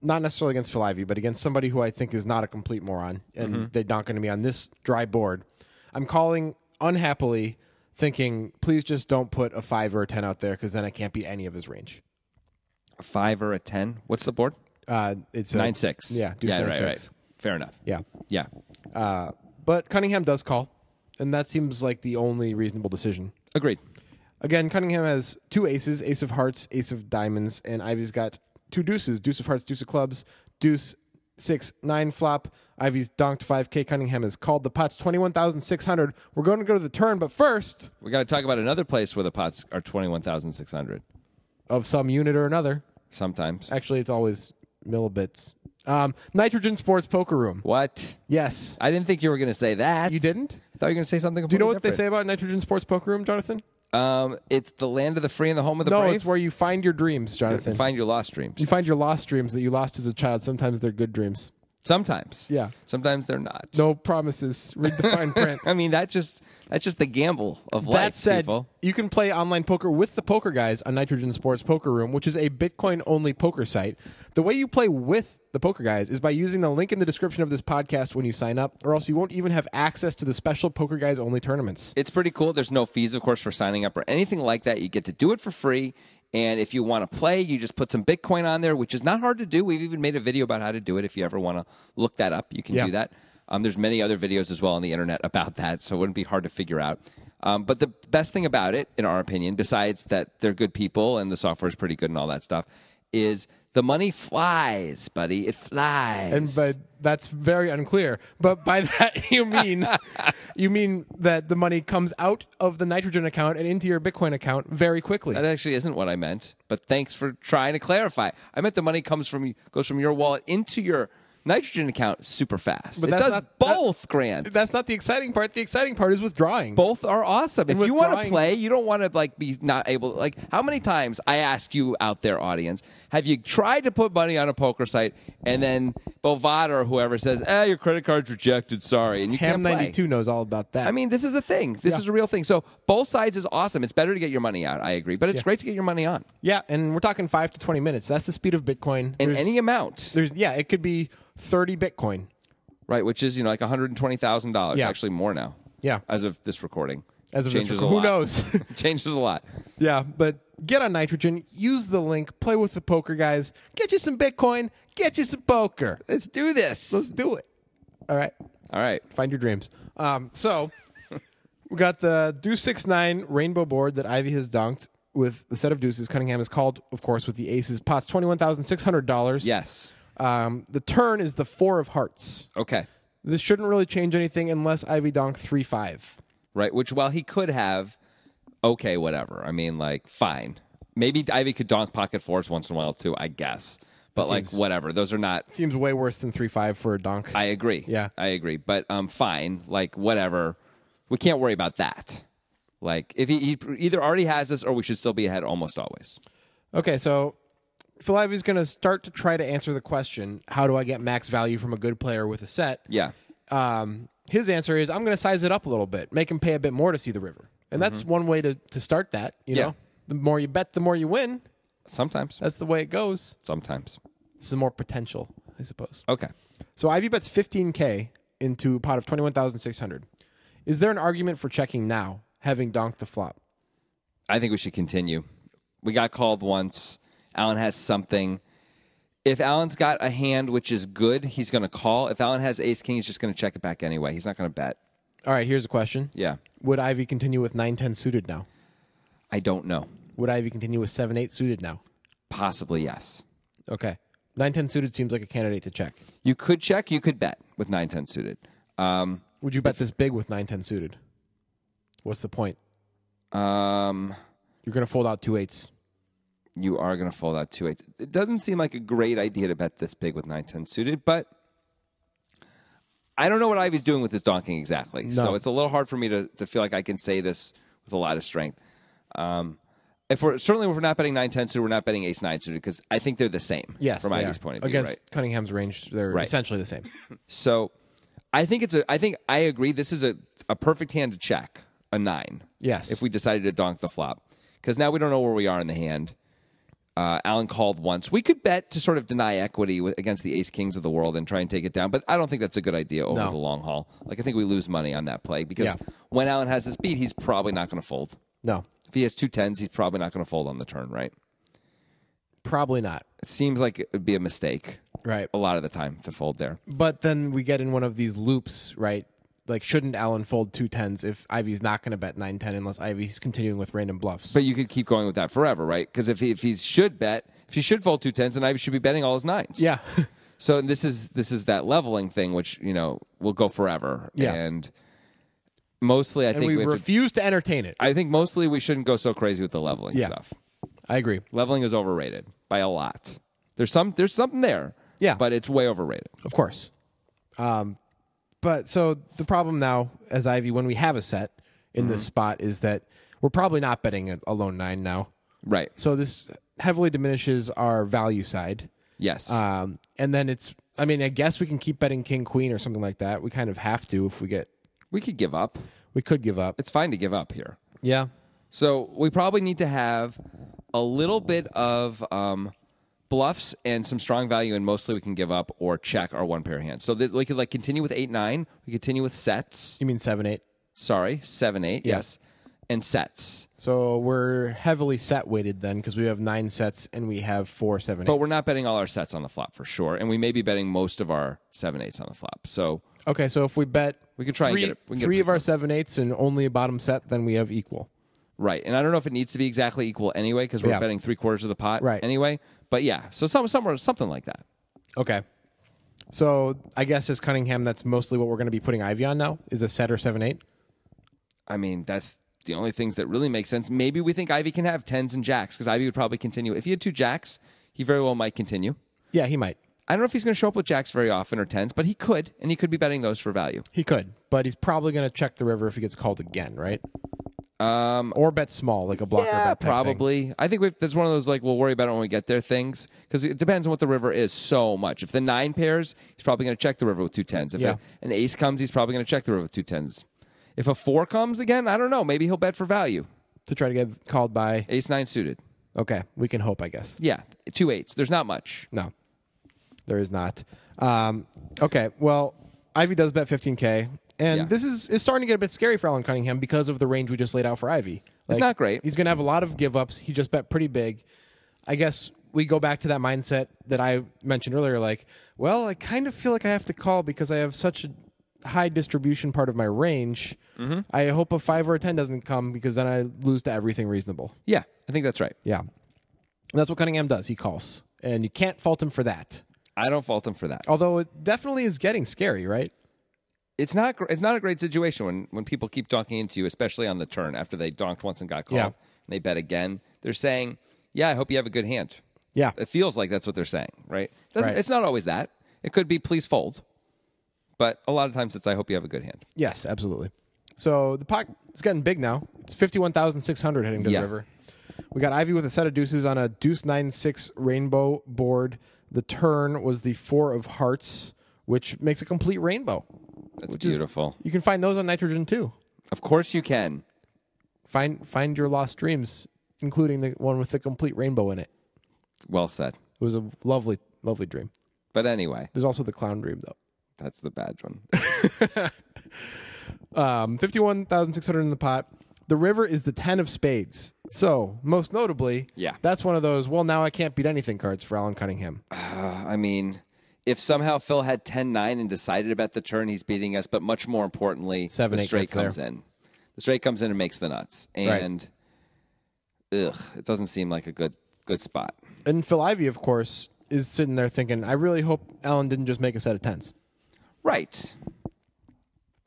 S2: not necessarily against Phil Ivey, but against somebody who I think is not a complete moron, and they're not going to be on this dry board, I'm calling unhappily, thinking, please just don't put a five or a ten out there because then I can't be any of his range.
S1: A five or a 10. What's the board?
S2: Uh, it's a,
S1: Nine, six.
S2: Yeah, deuce
S1: yeah,
S2: nine
S1: right,
S2: six.
S1: right. Fair enough.
S2: Yeah,
S1: Yeah.
S2: uh, but Cunningham does call, and that seems like the only reasonable decision.
S1: Agreed.
S2: Again, Cunningham has two aces, ace of hearts, ace of diamonds, and Ivy's got two deuces, deuce of hearts, deuce of clubs, deuce, six, nine flop. Ivy's donked 5K. Cunningham has called the pots 21,600. We're going to go to the turn, but first,
S1: We got to talk about another place where the pots are 21,600
S2: of some unit or another.
S1: sometimes.
S2: Actually, it's always millibits. Um, Nitrogen Sports Poker Room.
S1: What?
S2: Yes.
S1: I didn't think you were going to say that.
S2: You didn't?
S1: I thought you were going to say something.
S2: Do you know what they say about Nitrogen Sports Poker Room, Jonathan?
S1: Um, it's the land of the free and the home of the
S2: No,
S1: brave.
S2: it's where you find your dreams, Jonathan.
S1: Find your lost dreams.
S2: You find your lost dreams that you lost as a child. Sometimes they're good dreams.
S1: Sometimes,
S2: Yeah.
S1: Sometimes they're not.
S2: No promises. Read the
S1: [LAUGHS]
S2: fine print.
S1: I mean, that just that's just the gamble of life.
S2: that said,
S1: people.
S2: you can play online poker with the poker guys on Nitrogen Sports Poker Room, which is a Bitcoin only poker site. The way you play with the poker guys is by using the link in the description of this podcast when you sign up, or else you won't even have access to the special poker guys only tournaments.
S1: it's pretty cool. There's no fees, of course, for signing up or anything like that. You get to do it for free. And if you want to play, you just put some Bitcoin on there, which is not hard to do. We've even made a video about how to do it. If you ever want to look that up, you can
S2: Yeah.
S1: do that. Um, there's many other videos as well on the internet about that, so it wouldn't be hard to figure out. Um, but the best thing about it, in our opinion, besides that they're good people and the software is pretty good and all that stuff, is the money flies, buddy. It flies.
S2: And but that's very unclear. But by [LAUGHS] that you mean you mean that the money comes out of the Nitrogen account and into your Bitcoin account very quickly.
S1: That actually isn't what I meant, but thanks for trying to clarify. I meant the money comes from goes from your wallet into your nitrogen account super fast. it
S2: that's
S1: does
S2: not- that-
S1: both, Grant.
S2: That's not the exciting part. The exciting part is withdrawing.
S1: both are awesome. If you want to
S2: withdrawing-
S1: play, you don't want to like be not able like how many times I ask you out there audience, have you tried to put money on a poker site and then Bovada or whoever says, "Eh, your credit card's rejected, sorry." And you
S2: Ham
S1: can't play.
S2: ninety two knows all about that.
S1: I mean, this is a thing. This is a real thing. So, both sides is awesome. It's better to get your money out, I agree, but it's great to get your money on
S2: Yeah, and we're talking five to twenty minutes. That's the speed of Bitcoin.
S1: in
S2: there's,
S1: any amount.
S2: there's yeah, it could be thirty Bitcoin.
S1: right? Which is you know like one hundred and twenty thousand dollars,
S2: Yeah.
S1: actually more now.
S2: Yeah.
S1: as of this recording.
S2: As of this
S1: Changes
S2: record-
S1: a
S2: who
S1: lot.
S2: knows?
S1: [LAUGHS]
S2: [LAUGHS]
S1: Changes a lot.
S2: Yeah, but get on Nitrogen, use the link, play with the poker guys, get you some Bitcoin, get you some poker.
S1: Let's do this.
S2: Let's do it. All right,
S1: All right.
S2: find your dreams. Um, so we got the Deuce Six Nine Rainbow board that Ivy has donked with the set of deuces. Cunningham is called, of course, with the aces. Pots twenty one thousand six hundred dollars.
S1: Yes.
S2: Um, the turn is the four of hearts.
S1: Okay.
S2: This shouldn't really change anything unless Ivy Donk 3 5.
S1: Right. Which while he could have, okay, whatever. I mean, like fine. Maybe Ivy could donk pocket fours once in a while too. I guess. But like
S2: seems-
S1: whatever. Those are not.
S2: Seems way worse than 3 5 for a donk.
S1: I agree.
S2: Yeah.
S1: I agree. But um, fine. Like whatever. We can't worry about that. Like if he, he either already has this or we should still be ahead almost always.
S2: Okay, so Falavi's going to start to try to answer the question, how do I get max value from a good player with a set?
S1: Yeah.
S2: Um, his answer is, I'm going to size it up a little bit, make him pay a bit more to see the river. And that's one way to, to start that, you
S1: Yeah.
S2: know? The more you bet, the more you win.
S1: Sometimes.
S2: That's the way it goes.
S1: Sometimes.
S2: It's the more potential, I suppose.
S1: Okay.
S2: So Ivy bets 15K into a pot of 21,600. Is there an argument for checking now, having donked the flop?
S1: I think we should continue. We got called once. Alan has something. If Alan's got a hand which is good, he's going to call. If Alan has ace king, he's just going to check it back anyway. He's not going to bet.
S2: All right, here's a question.
S1: Yeah.
S2: Would Ivy continue with 9 10 suited now?
S1: I don't know.
S2: Would Ivy continue with 7 8 suited now?
S1: Possibly yes.
S2: Okay. 9 10 suited seems like a candidate to check.
S1: You could check, you could bet with 9 10 suited. Um,
S2: Would you bet this big with 9 10 suited? What's the point?
S1: um,
S2: You're going to fold out two eights.
S1: you are going to fold out 2 8. It doesn't seem like a great idea to bet this big with 9 10 suited, but I don't know what Ivy's doing with his donking exactly. So it's a little hard for me to, to feel like I can say this with a lot of strength. Um, if we're certainly if we're not betting 9 10 suited, we're not betting ace 9 suited because I think they're the same
S2: Yes.
S1: from
S2: they
S1: Ivy's
S2: are.
S1: point of view.
S2: Against
S1: right?
S2: Cunningham's range, they're
S1: Right.
S2: essentially the same.
S1: So I think it's a I think I agree this is a, a perfect hand to check, a nine.
S2: Yes.
S1: If we decided to donk the flop. Because now we don't know where we are in the hand. Uh, Alan called once. We could bet to sort of deny equity with, against the ace kings of the world and try and take it down, but I don't think that's a good idea over
S2: No.
S1: the long haul. Like I think we lose money on that play because
S2: Yeah.
S1: when Alan has his beat, he's probably not going to fold.
S2: [LAUGHS] No,
S1: If he has two tens, he's probably not going to fold on the turn, right?
S2: probably not.
S1: It seems like it would be a mistake
S2: Right.
S1: a lot of the time to fold there.
S2: But then we get in one of these loops, right? Like, shouldn't Allen fold two tens if Ivy's not going to bet 9 10 unless Ivy's continuing with random bluffs?
S1: But you could keep going with that forever, right? Because if he, if he should bet, if he should fold two tens, then I should be betting all his nines.
S2: yeah.
S1: So this is this is that leveling thing, which you know will go forever.
S2: Yeah.
S1: And mostly, I
S2: [LAUGHS] and
S1: think
S2: we,
S1: we have to-
S2: refuse to entertain it.
S1: I think mostly we shouldn't go so crazy with the leveling
S2: Yeah.
S1: stuff.
S2: I agree.
S1: Leveling is overrated by a lot. There's some there's something there.
S2: Yeah.
S1: But it's way overrated.
S2: Of course. Um, but so the problem now, as Ivy, when we have a set in
S1: Mm-hmm.
S2: this spot, is that we're probably not betting a, a lone nine now.
S1: Right.
S2: So this heavily diminishes our value side.
S1: Yes.
S2: Um, and then it's, I mean, I guess we can keep betting king queen or something like that. We kind of have to if we get,
S1: we could give up.
S2: we could give up.
S1: It's fine to give up here.
S2: Yeah.
S1: So we probably need to have a little bit of um, bluffs and some strong value, and mostly we can give up or check our one pair hands. So that we could like continue with eight nine. We continue with sets.
S2: You mean seven, eight.
S1: Sorry, seven eight.
S2: Yeah.
S1: Yes, and sets.
S2: So we're heavily set weighted then because we have nine sets and we have four seven eights.
S1: But we're not betting all our sets on the flop for sure, and we may be betting most of our seven eights on the flop. So
S2: Okay, so if we bet
S1: We can try and
S2: three,
S1: get it- we can get
S2: three
S1: it
S2: of our seven eights and only a bottom set, then we have equal.
S1: right, and I don't know if it needs to be exactly equal anyway because we're
S2: Yeah.
S1: betting three quarters of the pot
S2: Right.
S1: anyway. But yeah, so some somewhere something like that.
S2: Okay. So I guess as Cunningham, that's mostly what we're going to be putting Ivy on now is a set or seven eight.
S1: I mean, that's the only things that really make sense. Maybe we think Ivy can have tens and jacks because Ivy would probably continue. If he had two jacks, he very well might continue.
S2: Yeah, he might.
S1: I don't know if he's going to show up with jacks very often or tens, but he could, and he could be betting those for value.
S2: He could, but he's probably going to check the river if he gets called again, right?
S1: Um,
S2: Or bet small, like a blocker bet. type thing.
S1: probably. I think we've, that's one of those like we'll worry about it when we get there things because it depends on what the river is so much. If the nine pairs, he's probably going to check the river with two tens. If
S2: Yeah.
S1: a- an ace comes, he's probably going to check the river with two tens. If a four comes again, I don't know. Maybe he'll bet for value.
S2: to try to get called by.
S1: Ace nine suited.
S2: Okay, we can hope, I guess.
S1: Yeah, two eights. There's not much.
S2: No, there is not. Um, okay, well, Ivy does bet 15K. And
S1: Yeah.
S2: this is, is starting to get a bit scary for Alan Cunningham because of the range we just laid out for Ivy. Like,
S1: not great.
S2: He's going to have a lot of give ups. He just bet pretty big. I guess we go back to that mindset that I mentioned earlier like, well, I kind of feel like I have to call because I have such a high distribution part of my range.
S1: Mm-hmm.
S2: I hope a five or a 10 doesn't come because then I lose to everything reasonable.
S1: Yeah, I think that's right.
S2: Yeah. And that's what Cunningham does. He calls. And you can't fault him for that.
S1: I don't fault him for that.
S2: Although it definitely is getting scary, right?
S1: It's not gr- it's not a great situation when when people keep donking into you, especially on the turn after they donked once and got called
S2: Yeah.
S1: and they bet again. They're saying, "Yeah, I hope you have a good hand."
S2: Yeah.
S1: It feels like that's what they're saying, right? Doesn't,
S2: Right.
S1: It's not always that. It could be, "Please fold," but a lot of times it's, "I hope you have a good hand."
S2: Yes, absolutely. So the pot is getting big now. It's 51,600 heading to
S1: Yeah.
S2: the river. We got Ivy with a set of deuces on a deuce nine six rainbow board. The turn was the four of hearts, which makes a complete rainbow.
S1: That's
S2: which is-
S1: beautiful.
S2: you can find those on nitrogen too.
S1: Of course you can.
S2: Find find your lost dreams, including the one with the complete rainbow in it.
S1: Well said.
S2: It was a lovely, lovely dream.
S1: But anyway,
S2: There's also the clown dream though.
S1: that's the bad one.
S2: Um, 51,600 in the pot. The river is the 10 of spades. So, most notably,
S1: Yeah.
S2: that's one of those, well, now I can't beat anything cards for Alan Cunningham.
S1: I mean, if somehow Phil had 10 9 and decided about the turn, he's beating us. But much more importantly,
S2: Seven,
S1: the
S2: eight
S1: straight
S2: gets there.
S1: comes in. The straight comes in and makes the nuts. And ugh, it doesn't seem like a good good spot.
S2: And Phil Ivey, of course, is sitting there thinking, I really hope Alan didn't just make a set of 10s.
S1: Right.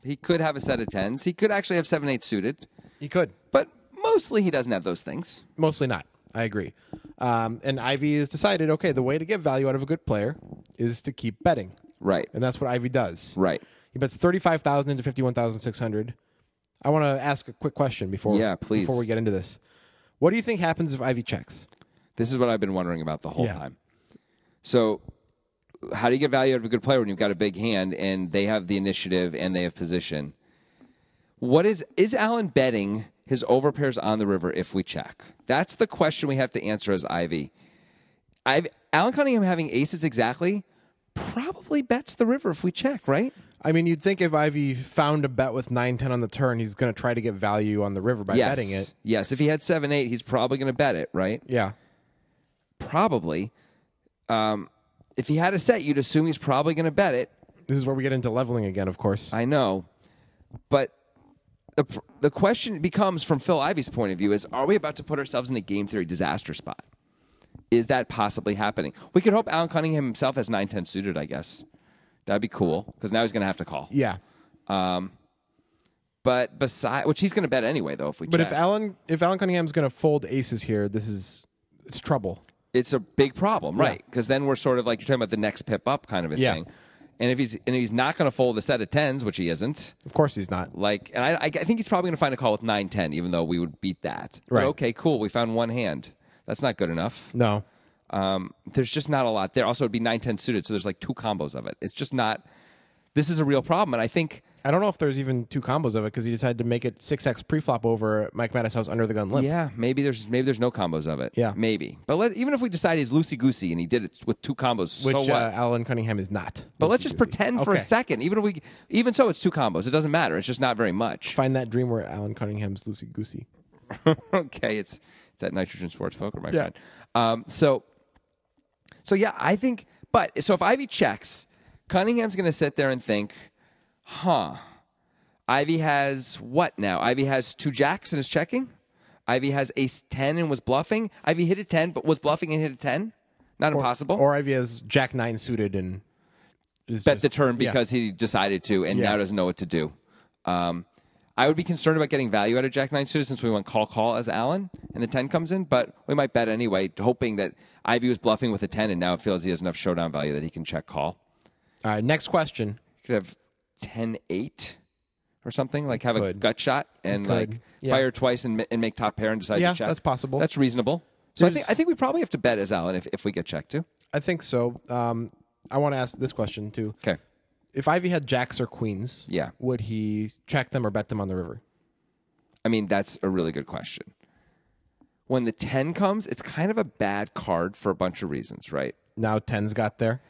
S1: He could have a set of 10s. He could actually have 7 8 suited.
S2: He could.
S1: But mostly he doesn't have those things.
S2: Mostly not. I agree. Um, and Ivy has decided, okay, the way to get value out of a good player is to keep betting.
S1: Right.
S2: And that's what Ivy does.
S1: Right.
S2: He bets 35,000 into 51,600. I want to ask a quick question before,
S1: Yeah, please.
S2: before we get into this. What do you think happens if Ivy checks?
S1: This is what I've been wondering about the whole
S2: Yeah.
S1: time. So, how do you get value out of a good player when you've got a big hand and they have the initiative and they have position? What is is Allen betting his overpairs on the river if we check? That's the question we have to answer as Ivy. I've, Alan Cunningham having aces exactly probably bets the river if we check, right?
S2: I mean, you'd think if Ivy found a bet with 9 10 on the turn, he's going to try to get value on the river by
S1: yes.
S2: betting it.
S1: Yes. If he had seven eight, he's probably going to bet it, right?
S2: Yeah.
S1: Probably. Um, if he had a set, you'd assume he's probably going to bet it.
S2: This is where we get into leveling again, of course.
S1: I know, but the pr- the question becomes from Phil Ivey's point of view is: Are we about to put ourselves in a game theory disaster spot? Is that possibly happening? We could hope Alan Cunningham himself has nine ten suited. I guess that'd be cool because now he's going to have to call.
S2: yeah.
S1: But beside, which he's going to bet anyway, though. If we
S2: But
S1: check.
S2: if Alan if Alan Cunningham's going to fold aces here, this is it's trouble.
S1: it's a big problem, right? Because then we're sort of like you're talking about the next pip up kind of a
S2: Yeah.
S1: thing. And if he's and if he's not going to fold a set of tens, which he isn't,
S2: Of course he's not.
S1: like, and I, I think he's probably going to find a call with nine ten, even though we would beat that. But
S2: Right.
S1: okay, cool. We found one hand. That's not good enough.
S2: No.
S1: Um, there's just not a lot there. Also, it'd be nine ten suited, so there's like two combos of it. It's just not. This is a real problem, and I think
S2: I don't know if there's even two combos of it because he decided to make it 6x preflop over Mike Mattis house under the gun limp.
S1: yeah, maybe there's maybe there's no combos of it.
S2: Yeah.
S1: maybe. But let, even if we decide he's loosey goosey and he did it with two combos,
S2: Which
S1: so what?
S2: uh, Alan Cunningham is not.
S1: but let's just
S2: Loosey-goosey.
S1: pretend for a
S2: Okay.
S1: second. Even if we, even so, it's two combos. It doesn't matter. It's just not very much.
S2: Find that dream where Alan Cunningham's loosey goosey.
S1: [LAUGHS] okay, it's it's that nitrogen sports poker, my
S2: Yeah.
S1: friend. Um, so, so yeah, I think. But so if Ivy checks, Cunningham's going to sit there and think, huh? Ivy has what now? Ivy has two jacks and is checking. Ivy has ace ten and was bluffing. Ivy hit a ten, but was bluffing and hit a ten. Not impossible.
S2: Or Ivy has Jack Nine suited and is
S1: bet
S2: just-
S1: the turn
S2: yeah.
S1: because he decided to and
S2: Yeah.
S1: now doesn't know what to do. Um, I would be concerned about getting value out of Jack Nine suited since we went call call as Allen and the 10 comes in, but we might bet anyway, hoping that Ivy was bluffing with a 10 and now it feels he has enough showdown value that he can check call.
S2: All right, next question.
S1: He could have 10 8 or something, like have a
S2: could.
S1: gut shot and
S2: could,
S1: like
S2: yeah.
S1: fire twice and, ma- and make top pair and decide
S2: Yeah,
S1: to check.
S2: that's possible.
S1: That's reasonable. So I
S2: There's-
S1: think, I think we probably have to bet as Allen if, if we get checked to.
S2: I think so. Um, I want to ask this question too.
S1: Okay.
S2: If Ivy had jacks or queens,
S1: Yeah.
S2: would he check them or bet them on the river?
S1: I mean, that's a really good question. When the 10 comes, it's kind of a bad card for a bunch of reasons, right?
S2: Now 10's got there.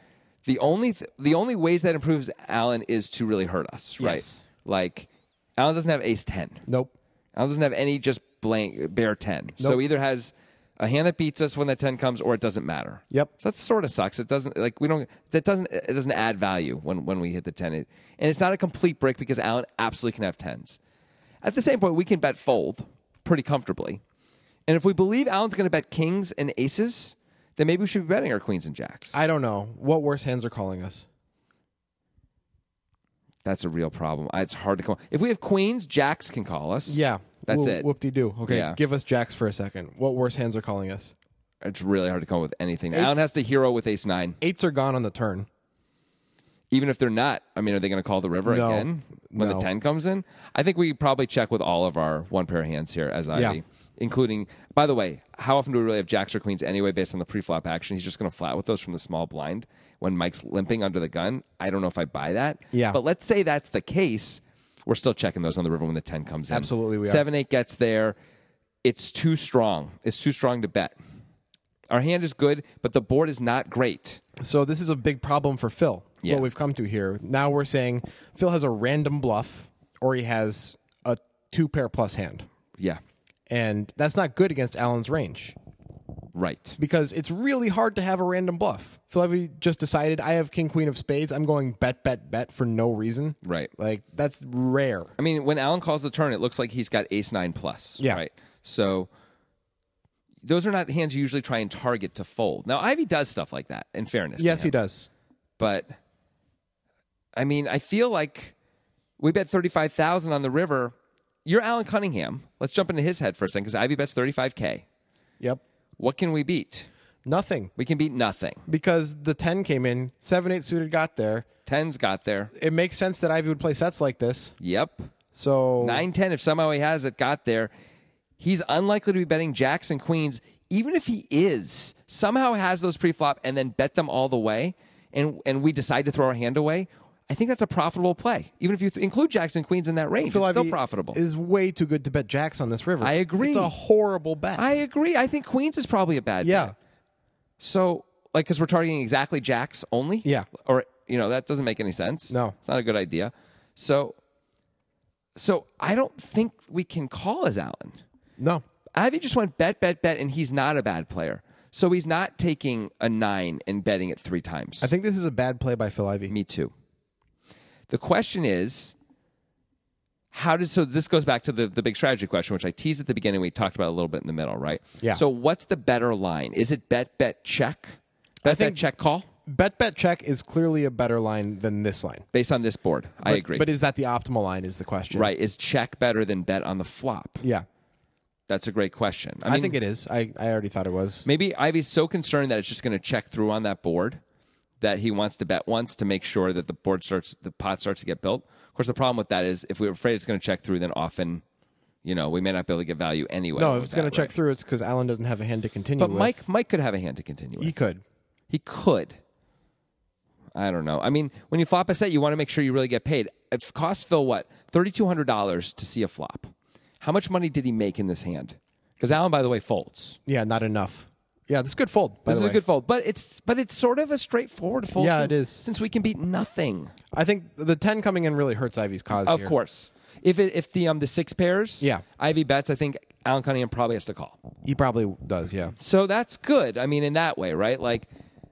S1: The only th- the only ways that improves Allen is to really hurt us, right?
S2: Yes.
S1: Like Allen doesn't have ace 10.
S2: Nope.
S1: Allen doesn't have any just blank bare 10. So
S2: Nope.
S1: either has a hand that beats us when that 10 comes or it doesn't matter.
S2: Yep.
S1: So that sort of sucks. It doesn't like we don't that doesn't it doesn't add value when when we hit the 10. It- and it's not a complete break because Allen absolutely can have 10s. At the same point, we can bet fold pretty comfortably. And if we believe Allen's going to bet kings and aces, then maybe we should be betting our queens and jacks.
S2: I don't know. What worse hands are calling us?
S1: That's a real problem. I- It's hard to call. If we have queens, jacks can call us.
S2: Yeah.
S1: That's it.
S2: Whoop de doo. Okay.
S1: Yeah.
S2: Give us jacks for a second. What worse hands are calling us?
S1: It's really hard to come up with anything.
S2: Ace-
S1: Allen has the hero with ace nine.
S2: Eights are gone on the turn.
S1: even if they're not, I mean, are they going to call the river
S2: No.
S1: again when the
S2: No.
S1: 10 comes in? I think we probably check with all of our one pair of hands here as Ivy. including. By the way, how often do we really have jacks or queens anyway? Based on the pre-flop action, he's just going to flat with those from the small blind when Mike's limping under the gun. I don't know if I buy that.
S2: Yeah.
S1: but let's say that's the case. We're still checking those on the river when the ten comes in.
S2: Absolutely we are.
S1: Seven eight gets there. It's too strong. It's too strong to bet. Our hand is good, but the board is not great.
S2: So this is a big problem for Phil.
S1: Yeah.
S2: What we've come to here. Now we're saying Phil has a random bluff, or he has a two pair plus hand,
S1: Yeah,
S2: and that's not good against Allen's range
S1: right.
S2: because it's really hard to have a random bluff. Phil Levy just decided I have King Queen of Spades. I'm going bet bet bet for no reason.
S1: Right.
S2: Like that's rare.
S1: I mean, when Alan calls the turn, it looks like he's got ace nine plus.
S2: Yeah.
S1: Right. So those are not hands you usually try and target to fold. Now Ivy does stuff like that, in fairness. to
S2: Yes, he
S1: him.
S2: does.
S1: But I mean, I feel like we bet thirty five thousand on the river. You're Alan Cunningham. Let's jump into his head for a second because Ivy bets thirty five K.
S2: Yep.
S1: What can we beat?
S2: Nothing
S1: We can beat nothing.
S2: because the ten came in, seven eight suited got there.
S1: Ten's got there.
S2: It makes sense that Ivy would play sets like this.
S1: Yep.
S2: So
S1: Nine ten, if somehow he has it, got there. He's unlikely to be betting jacks and queens, even if he is somehow has those pre-flop and then bet them all the way, and and we decide to throw our hand away. I think that's a profitable play, even if you th- include jacks and queens in that range.
S2: Phil
S1: it's still
S2: Ivey
S1: profitable.
S2: Is way too good to bet jacks on this river.
S1: I agree.
S2: It's a horrible bet.
S1: I agree. I think queens is probably a bad
S2: yeah.
S1: bet. So, like, because we're targeting exactly jacks only.
S2: Yeah.
S1: Or you know that doesn't make any sense.
S2: No.
S1: it's not a good idea. So, so I don't think we can call as Allen.
S2: No.
S1: Ivy just went bet, bet, bet, and he's not a bad player. So he's not taking a nine and betting it three times.
S2: I think this is a bad play by Phil Ivy.
S1: Me too. The question is, how does so this goes back to the, the big strategy question, which I teased at the beginning, we talked about a little bit in the middle, right?
S2: Yeah.
S1: So what's the better line? Is it bet, bet, check? Bet,
S2: think-
S1: bet, check, call?
S2: Bet bet check is clearly a better line than this line.
S1: Based on this board. I
S2: But-
S1: agree.
S2: But is that the optimal line is the question.
S1: right. Is check better than bet on the flop?
S2: Yeah.
S1: That's a great question.
S2: I,
S1: mean,
S2: think it is. I, I already thought it was.
S1: Maybe Ivy's so concerned that it's just going to check through on that board that he wants to bet once to make sure that the board starts, the pot starts to get built. Of course, the problem with that is if we're afraid it's going to check through, then often, you know, we may not be able to get value anyway.
S2: No,
S1: with
S2: if it's going
S1: that,
S2: to check
S1: right?
S2: through, it's because Allen doesn't have a hand to continue
S1: But
S2: with.
S1: Mike, Mike could have a hand to continue.
S2: he
S1: With.
S2: could.
S1: He could. I don't know. I mean, when you flop a set, you want to make sure you really get paid. It costs Phil what thirty two hundred dollars to see a flop. How much money did he make in this hand? Because Alan, by the way, folds.
S2: Yeah, not enough. Yeah, this is a good fold, by
S1: This is
S2: the way.
S1: a good fold, but it's but it's sort of a straightforward fold.
S2: Yeah,
S1: from-
S2: it is.
S1: Since we can beat nothing,
S2: I think the 10 coming in really hurts Ivy's cause
S1: of
S2: here.
S1: course. If it, if the um the six pairs,
S2: Yeah.
S1: Ivy bets. I think Alan Cunningham probably has to call.
S2: He probably does, yeah.
S1: So that's good. I mean, in that way, right? Like,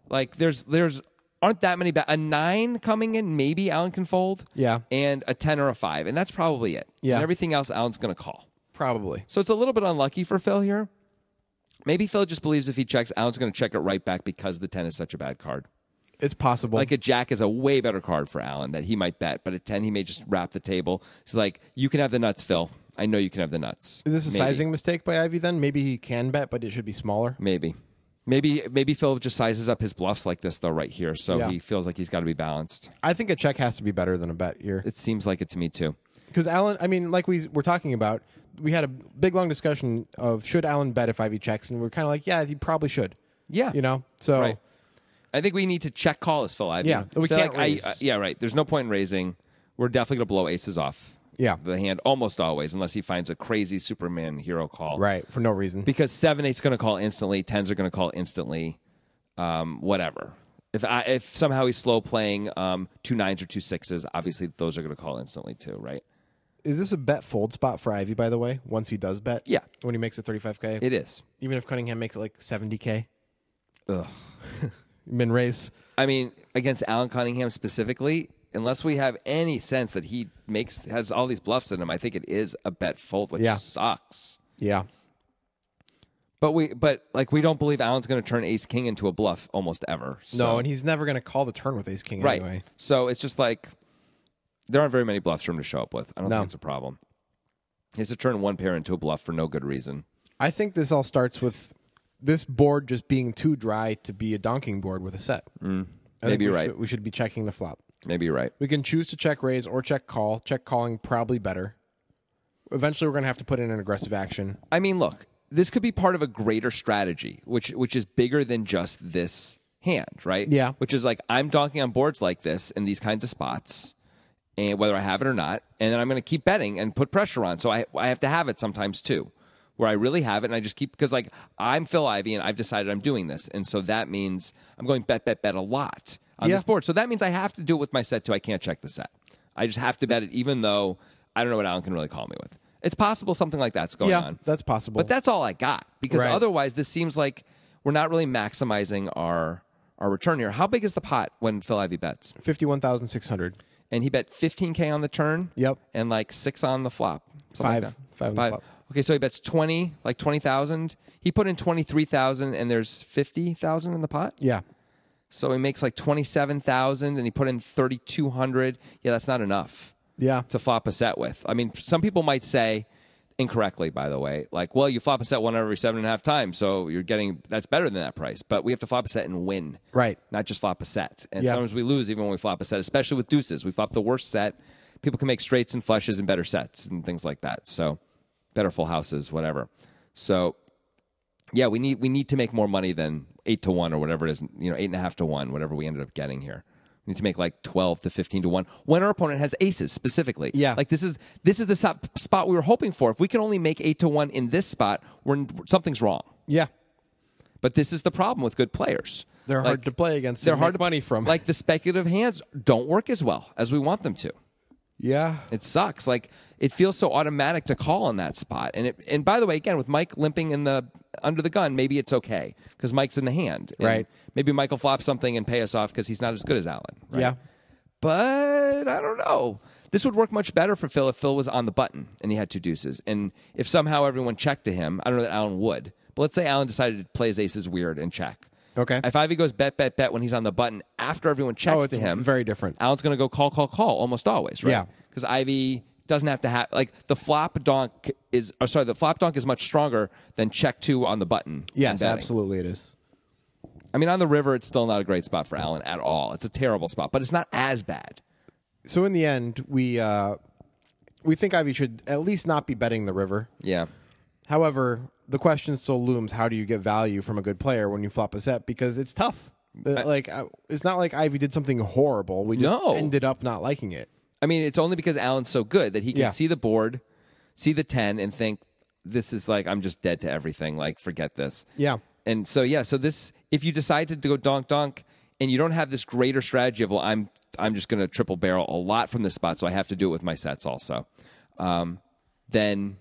S1: like there's there's aren't that many bet a nine coming in. Maybe Alan can fold.
S2: Yeah.
S1: and a ten or a five, and that's probably it.
S2: Yeah.
S1: and everything else Alan's going to call.
S2: Probably.
S1: So it's a little bit unlucky for Phil here. Maybe Phil just believes if he checks, Alan's going to check it right back because the ten is such a bad card.
S2: It's possible.
S1: like a jack is a way better card for Allen that he might bet, but at 10, he may just wrap the table. He's like, you can have the nuts, Phil. I know you can have the nuts.
S2: is this a
S1: Maybe.
S2: sizing mistake by Ivy then? Maybe he can bet, but it should be smaller.
S1: Maybe. Maybe maybe Phil just sizes up his bluffs like this though right here, so
S2: Yeah.
S1: he feels like he's got to be balanced.
S2: I think a check has to be better than a bet here.
S1: It seems like it to me too.
S2: Because Allen, I mean, like we were talking about, we had a big long discussion of should Allen bet if Ivy checks, and we are kind of like, yeah, he probably should.
S1: Yeah.
S2: You know, so
S1: Right. I think we need to check call as Phil Ivey.
S2: Yeah, we
S1: So,
S2: can't
S1: like, I-
S2: raise.
S1: uh, yeah, right. There's no point in raising. We're definitely gonna blow aces off.
S2: Yeah.
S1: The hand almost always, unless he finds a crazy Superman hero call.
S2: right for no reason.
S1: because seven eight's going to call instantly, tens are going to call instantly, um, whatever. If I, if somehow he's slow playing um, two nines or two sixes, obviously those are going to call instantly too, right?
S2: Is this a bet fold spot for Ivy? By the way, once he does bet,
S1: Yeah.
S2: when he makes it 35k,
S1: It is.
S2: even if Cunningham makes it like 70k,
S1: Ugh.
S2: min raise.
S1: I mean, against Alan Cunningham specifically, unless we have any sense that he makes has all these bluffs in him, I think it is a bet fold, which
S2: Yeah.
S1: sucks.
S2: Yeah,
S1: But we, but like we don't believe Alan's going to turn Ace King into a bluff almost ever.
S2: no,
S1: So.
S2: and he's never going to call the turn with Ace King
S1: Right.
S2: anyway.
S1: So it's just like there aren't very many bluffs for him to show up with. I don't
S2: No.
S1: think it's a problem. He has to turn one pair into a bluff for no good reason.
S2: I think this all starts with this board just being too dry to be a donking board with a set. Mm.
S1: Maybe you're
S2: we
S1: right.
S2: Should, we should be checking the flop.
S1: Maybe you're right.
S2: We can choose to check raise or check call. Check calling probably better. Eventually, we're going to have to put in an aggressive action.
S1: I mean, look, this could be part of a greater strategy, which which is bigger than just this hand, right?
S2: Yeah.
S1: Which is like I'm donking on boards like this in these kinds of spots, and whether I have it or not, and then I'm going to keep betting and put pressure on. So I I have to have it sometimes too, where I really have it, and I just keep because like I'm Phil Ivy, and I've decided I'm doing this, and so that means I'm going bet bet bet a lot on
S2: Yeah.
S1: this board. So that means I have to do it with my set too. I can't check the set. I just have to bet it, even though I don't know what Alan can really call me with. It's possible something like that's going
S2: yeah,
S1: on.
S2: that's possible.
S1: But that's all I got because
S2: Right.
S1: otherwise, this seems like we're not really maximizing our our return here. How big is the pot when Phil Ivy bets?
S2: fifty-one thousand six hundred.
S1: And he bet 15k on the turn.
S2: Yep.
S1: And like six on the flop. something like
S2: Five.
S1: that.
S2: Five on the flop.
S1: Okay, so he bets 20, like 20,000. He put in 23,000, and there's 50,000 in the pot.
S2: Yeah,
S1: So he makes like 27,000, and he put in 3,200. Yeah, that's not enough
S2: yeah,
S1: to flop a set with. I mean, some people might say incorrectly, by the way, like, well, you flop a set one every seven and a half times, so you're getting that's better than that price. But we have to flop a set and win,
S2: Right.
S1: Not just flop a set. And
S2: Yeah.
S1: sometimes we lose even when we flop a set, especially with deuces. We flop the worst set. People can make straights and flushes and better sets and things like that. So better full houses, whatever. So yeah, we need we need to make more money than eight to one or whatever it is, you know, eight and a half to one, whatever we ended up getting here. We need to make like twelve to fifteen to one when our opponent has aces specifically.
S2: Yeah.
S1: like this is this is the top spot we were hoping for. If we can only make eight to one in this spot, we're something's wrong.
S2: yeah.
S1: But this is the problem with good players.
S2: They're
S1: Like,
S2: hard to play against.
S1: They're
S2: and
S1: hard
S2: make
S1: to
S2: money from.
S1: Like the speculative hands don't work as well as we want them to.
S2: yeah,
S1: It sucks. Like it feels so automatic to call on that spot. And it, and by the way, again with Mike limping in the under the gun, maybe it's okay because Mike's in the hand. And
S2: Right.
S1: Maybe Michael flops something and pay us off because he's not as good as Allen. Right?
S2: yeah,
S1: But I don't know. This would work much better for Phil if Phil was on the button and he had two deuces. And if somehow everyone checked to him, I don't know that Allen would. But let's say Allen decided to play his aces weird and check.
S2: Okay.
S1: If Ivy goes bet, bet, bet when he's on the button after everyone checks
S2: Oh, it's
S1: to him,
S2: very different.
S1: Allen's going to go call, call, call almost always, right?
S2: Yeah.
S1: Because Ivy doesn't have to have, like, the flop donk is, or sorry, the flop donk is much stronger than check two on the button. in
S2: yes,
S1: betting.
S2: absolutely, it is.
S1: I mean, on the river, it's still not a great spot for Allen at all. It's a terrible spot, but it's not as bad.
S2: So in the end, we uh, we think Ivy should at least not be betting the river.
S1: Yeah.
S2: However, the question still looms: How do you get value from a good player when you flop a set? Because it's tough. The- like I, it's not like Ivy did something horrible. We just
S1: No.
S2: ended up not liking it.
S1: I mean, it's only because Allen's so good that he can
S2: Yeah.
S1: see the board, see the 10, and think, this is like, I'm just dead to everything. Like, forget this.
S2: Yeah.
S1: And so, yeah, so this, if you decide to go donk donk and you don't have this greater strategy of, well, I'm, I'm just going to triple barrel a lot from this spot, so I have to do it with my sets also, um, then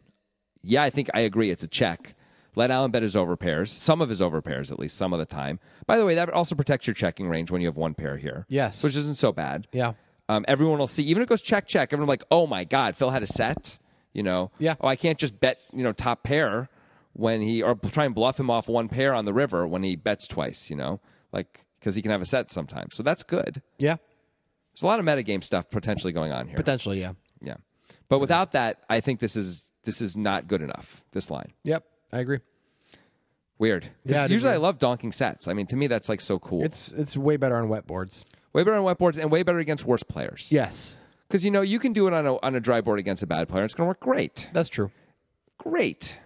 S1: yeah, I think I agree. It's a check. Let Allen bet his overpairs, some of his overpairs at least, some of the time. By the way, that also protects your checking range when you have one pair here.
S2: Yes.
S1: Which isn't so bad.
S2: Yeah.
S1: Um, everyone will see, even if it goes check, check, everyone will be like, oh my God, Phil had a set, you know?
S2: Yeah.
S1: Oh, I can't just bet, you know, top pair when he, or try and bluff him off one pair on the river when he bets twice, you know? Like, because he can have a set sometimes. So that's good.
S2: Yeah.
S1: There's a lot of metagame stuff potentially going on here.
S2: Potentially. Yeah.
S1: yeah. But without that, I think this is this is not good enough, this line.
S2: Yep. I agree.
S1: Weird. 'Cause
S2: Yeah, it is
S1: usually I
S2: weird.
S1: love donking sets. I mean, to me, that's like so cool. It's
S2: It's it's way better on wet boards.
S1: way better on wet boards and way better against worse players.
S2: Yes,
S1: because you know you can do it on a on a dry board against a bad player. It's going to work great.
S2: that's true.
S1: Great.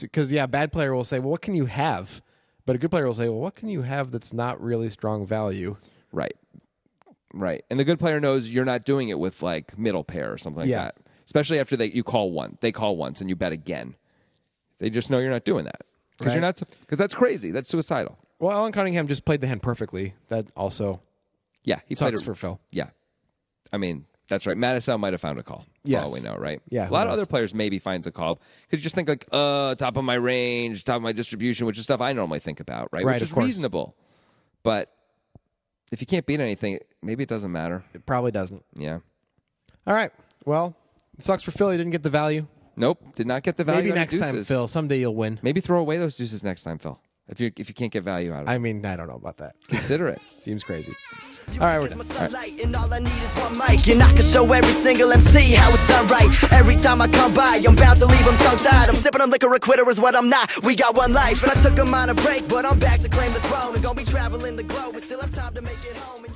S2: Because yeah, a bad player will say, "Well, what can you have?" But a good player will say, "Well, what can you have that's not really strong value?"
S1: Right. Right. And the good player knows you're not doing it with like middle pair or something like
S2: Yeah.
S1: that. Especially after they you call one, they call once and you bet again. They just know you're not doing that because you're
S2: Right.
S1: not because that's crazy. That's suicidal.
S2: Well, Alan Cunningham just played the hand perfectly. That also
S1: Yeah, he played
S2: sucks
S1: it
S2: for Phil.
S1: Yeah. I mean, that's right. Mattisau might have found a call. For
S2: Yes.
S1: all we know, right?
S2: Yeah,
S1: A
S2: who
S1: lot of
S2: knows?
S1: other players maybe finds a call because you just think like, uh, top of my range, top of my distribution, which is stuff I normally think about, right?
S2: Right,
S1: which
S2: of
S1: is
S2: course.
S1: reasonable. But if you can't beat anything, maybe it doesn't matter.
S2: It probably doesn't.
S1: Yeah.
S2: All right. Well, it sucks for Phil. He didn't get the value.
S1: Nope. Did not get the value.
S2: Maybe
S1: out of
S2: next time,
S1: deuces.
S2: Phil. Someday you'll win.
S1: Maybe throw away those deuces next time, Phil. If you if you can't get value out of it,
S2: I mean, I don't know about that.
S1: consider it.
S2: Seems crazy.
S3: Music
S2: All right, we're
S3: is
S2: done.
S3: my sunlight, and all I need is one mic. And I can show every single MC how it's done right. Every time I come by, I'm bound to leave them tongue tied. I'm sipping on liquor, a quitter is what I'm not. We got one life, and I took a minor break, but I'm back to claim the throne. And gonna be traveling the globe, and still have time to make it home.